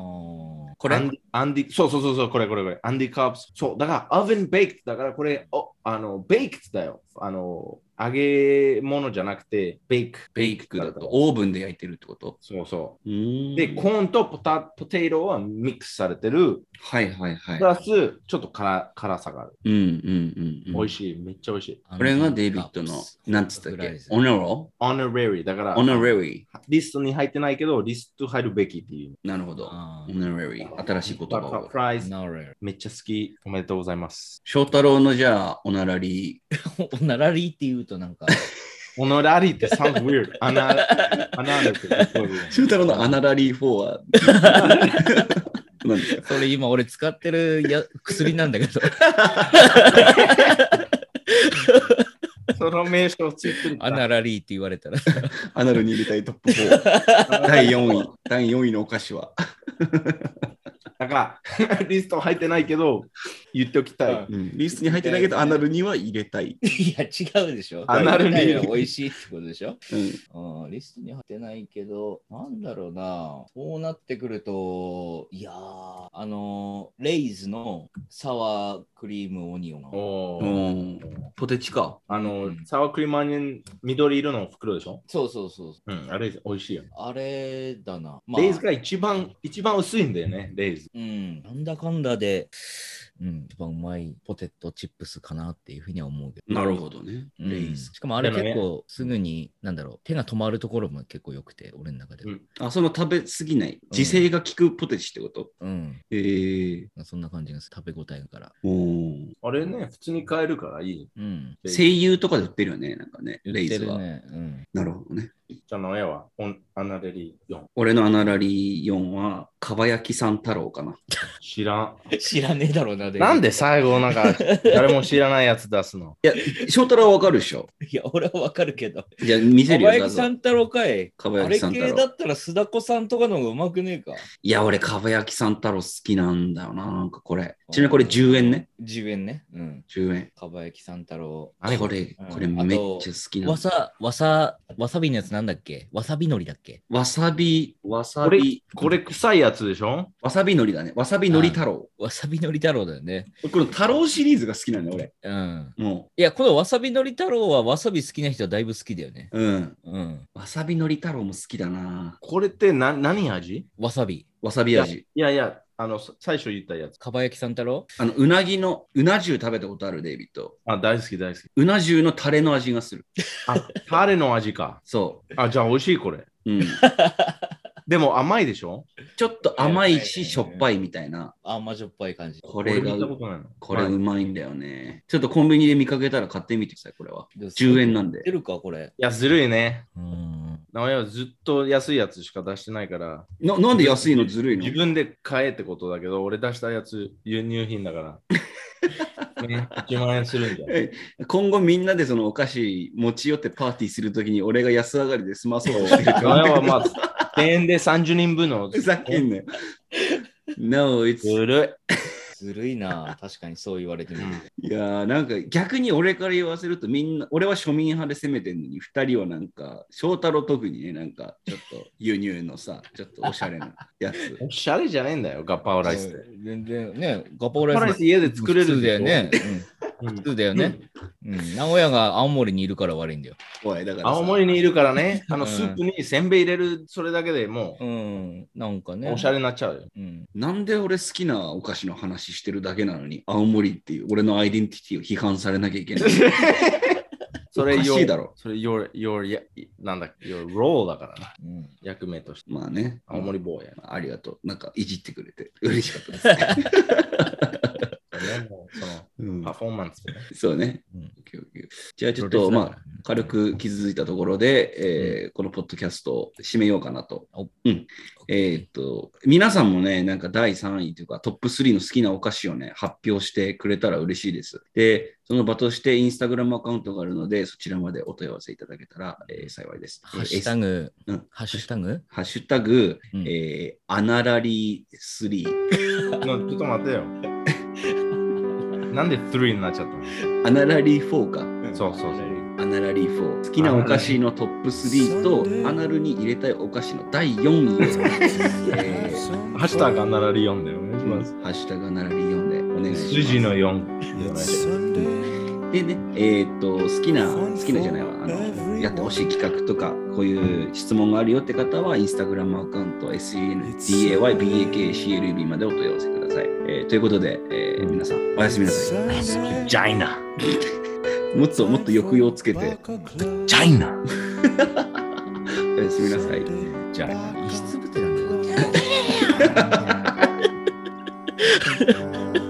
A: こ
D: アンディ、アンディ、そうそうそうそう、これこれこれ、アンディカーブス。そう、だから、オーブンベイクだから、これ、おあの、ベイクだよ。あの、揚げ物じゃなくて、ベイク。
A: ベイクだとオーブンで焼いてるってこと
D: そうそうう。
A: ーん
D: で、コーンとポタポテイロはミックスされてる。
A: はいはいはい
D: プ。ラス、ちょっと辛辛さがある。
A: うんうんうん。
D: 美味
A: い。
D: しい。めっちゃ美味しい。
C: あの
A: これがデイビッドの、なんつったっけオ
C: オ
A: ナロ
D: オナレリー。だから
A: オ、ナレリ
D: リストに入ってないけど、リスト入るべきっていう。
A: ー。なるほど。オナレリー。新しい言葉
D: バカ
A: を
D: フ。ライズ。
C: ナラリ
D: めっちゃ好き。おめでとうございます。
A: 翔太郎のじゃあ、オナラリー。
C: ー。ナラリーって言うとなんか、
D: オナラリーって sounds weird. アナ、アナルって言う
A: 翔太郎のアナラリー4は。 (laughs) なんです
C: (laughs) そ
A: か
C: れ今俺使ってるや薬なんだけ (laughs) ど、
D: その名称ついてる。
C: アナラリーって言われたら。
A: アナルに入れたいトップ4。第4位。 (laughs) 第4位のお菓子は。
D: だから、 (laughs) リスト入ってないけど、言っておきたい。
A: うんリストに入ってないけど、アナルには入れたい。
C: いや、違うでしょ。
D: アナルリー
C: いやいや美味しいってことでしょ。
A: うん
C: うん、リストに入ってないけど、なんだろうな。そうなってくると、いやー、あのー、レイズのサワークリームオニオン。
D: お
A: う
D: ー
A: ん。ポテチか。
D: あの、
C: うん
D: サワークリームアニオン緑色の袋でしょ
C: そうそうそう。
D: うん、あれ美味しいよね。
C: あれだな。まあ
D: レイズが一番、一番薄いんだよね、レイズ。
C: うん、なんだかんだで、うん、一番うまいポテトチップスかなっていうふうには思うけど。
A: なるほどね。
C: うん
A: レイズ。
C: しかもあれ
D: でもね
C: 結構すぐに、なんだろう、手が止まるところも結構良くて、俺の中では。
A: あ、その食べ過ぎない。自制が効くポテチってこと、
C: うん、
A: ええ
C: そんな感じがする。食べ応えがから。
A: ー。おー
D: あれね、普通に買えるからいい。
C: うん。
A: 声優とかで売ってるよね、なんかね、レイズは。
C: 言ってるね
A: なるほどね。
D: じゃあ、の絵は、オンアナレリー4。
A: 俺のアナラリー4は、かばやきさん太郎かな。
D: 知らん。
C: うん、知らねえだろうな、で
D: なんで最後、なんか、誰も知らないやつ出すの
A: いや、翔太郎はわかるでしょ。
C: いや、俺はわかるけど。
A: じゃあ見せ
C: 小
A: るよ、だ
C: 林
A: ぞ
C: さ。ん太郎かい。
A: かば
C: あ
A: や
C: れ
A: きさん
C: 系
A: 太
C: だ
A: 郎。
C: ったら須田子さんとかの方がうまくねえか。
A: いや、俺、かばやきさん太郎好きなんだよな、なんかこれ。ちなみにこれ10円ね。
C: 10円ね。うん。
A: 10円。
C: かばやきさん太郎。
D: 何
A: こ
D: こ
A: れ
C: うん、
A: これめっちゃ好きな
C: わ
A: の。
C: さ、わさ、わさびのやつなんだっけわさびのりだっけ
A: わさび、わさ
D: これ
A: び、、
D: これ臭いやつでしょ
A: わさびのりだね。わさびのり太郎。
C: わさびのり太郎だよね。
A: この太郎シリーズが好きなんだよ、
C: うん。
A: 俺。も
C: いや、このわさびのり太郎はわさび好きな人はだいぶ好きだよね。
A: う。うん。
C: うん。
A: わさびのり太郎も好きだな。
D: これってな何味
C: わさび。
A: わさび味。
D: いやいや、あの、さ最初言ったやつ。
C: かばやきさん太郎
A: あの、うなぎの、うな重食べたことある、デイビッド。
D: あ、大好き大好き。
A: うな重のタレの味がする。
D: あ、タレの味か。
A: そ
D: あ、じゃあ美味しいこれ。
A: う。
D: (laughs)
A: うん。
D: でも甘いでしょ
A: ちょっと甘い
C: いやいやいや
A: し、
C: いや
A: しょっぱいみたいな。
C: 甘じょっぱい感じ。
A: これが
D: 見、たことないの。
A: これ
D: まあ
A: う
D: い
A: まいんだよね。ちょっとコンビニで見かけたら買ってみてください、これは。10円なんで
C: 出るか、これ。
D: や、ずるいね。
C: うん。
D: 名前はずっと安いやつしか出してないから、
A: ななんで安いのずるいの
D: 自分で買えってことだけど、俺出したやつ輸入品だ (laughs) から。ね、1万円するん (laughs) だよ。
A: え今後みんなでそのお菓子持ち寄ってパーティーするときに俺が安上がりで済まそうとしてる
D: 名 (laughs) 前はまあ、1000円で30人分 (laughs) の。
A: ふざけんなよ。No, it's...
D: ずる
C: ずるいな。確かにそう言われてみる。
A: いやーなんか逆に俺から言わせるとみんな、俺は庶民派で攻めてんのに、二人はなんか、翔太郎特にね、なんかちょっと輸入のさ、ちょっとおしゃれなやつ
D: い。。おしゃれじゃねえんだよ、ガッパオライスって。
C: うん全然ね、ガパオ
D: ガッパオ
C: ラ
D: ラ
C: イ
D: イ
C: ス
D: ス家で作れる
C: 普通だよ
D: でしょ。
C: ね。
D: う
C: うん
D: ん
C: 普通だよね。うん。名古屋が青森にいるから悪いんだよ。
A: おい、だからさ
D: 青森にいるから
A: (laughs)
D: ね、あ
C: う
D: の
C: ん
D: スープにせんべい入れる、それだけでも
C: うん。なんか
D: う
C: ね。
D: おしゃれになっちゃうよ。
C: うん。
A: なんで俺好きなお菓子の話してるだけなのに、青森っていう俺のアイデンティティを批判されなきゃいけない。
D: (laughs) それ、
A: おかしいだろ
D: your- それ、your, your, やなんだっけ、your role だからな、
C: うん
D: 役目として。
A: まあね。
D: 青森坊や。
A: ありがとう。なんかいじってくれて嬉しかったです。
D: ねもうその
A: うん
D: パフォーマンスね。
A: そうね。
C: うん
A: オッケーオッケーじゃあちょっと、まあ、軽く傷ついたところで、えーこのポッドキャストを締めようかなと
C: お。
A: うん、えーっと、皆さんもね、なんか第3位というかトップ3の好きなお菓子をね、発表してくれたら嬉しいです。で、その場としてインスタグラムアカウントがあるので、そちらまでお問い合わせいただけたら、えー幸いです。
C: ハッシュタグ
A: うん、
C: ハッシュタグ
A: ハッシュタグ、
C: うん
A: えーアナラリー3。
D: のちょっと待って
A: (laughs)
D: よ。なんで3になっちゃった
A: アナラリー4か。
D: のそうそうそう。
A: アナラリー4。好きなお菓子のトップ3と、アナルに入れたいお菓子の第4位を、えー
D: ハッシュタグアナラリ4でお願いします。
A: ハッシュタグアナラリー4でお願いします。
D: 数字の4。
E: Sunday.
A: でね、えーっと、好きな、好きなじゃないわ、あの、やってほしい企画とか、こういう質問があるよって方は、インスタグラムアカウント、SENDAYBAKCLB までお問い合わせください。えーということで、えー皆さん、おやすみなさい。
D: ジャイナ。
A: (laughs) もっともっと抑揚つけて、
D: ジャイナ。
A: (laughs) おやすみなさい。じゃあ。
C: 遺失物なんだよ。
E: Yeah.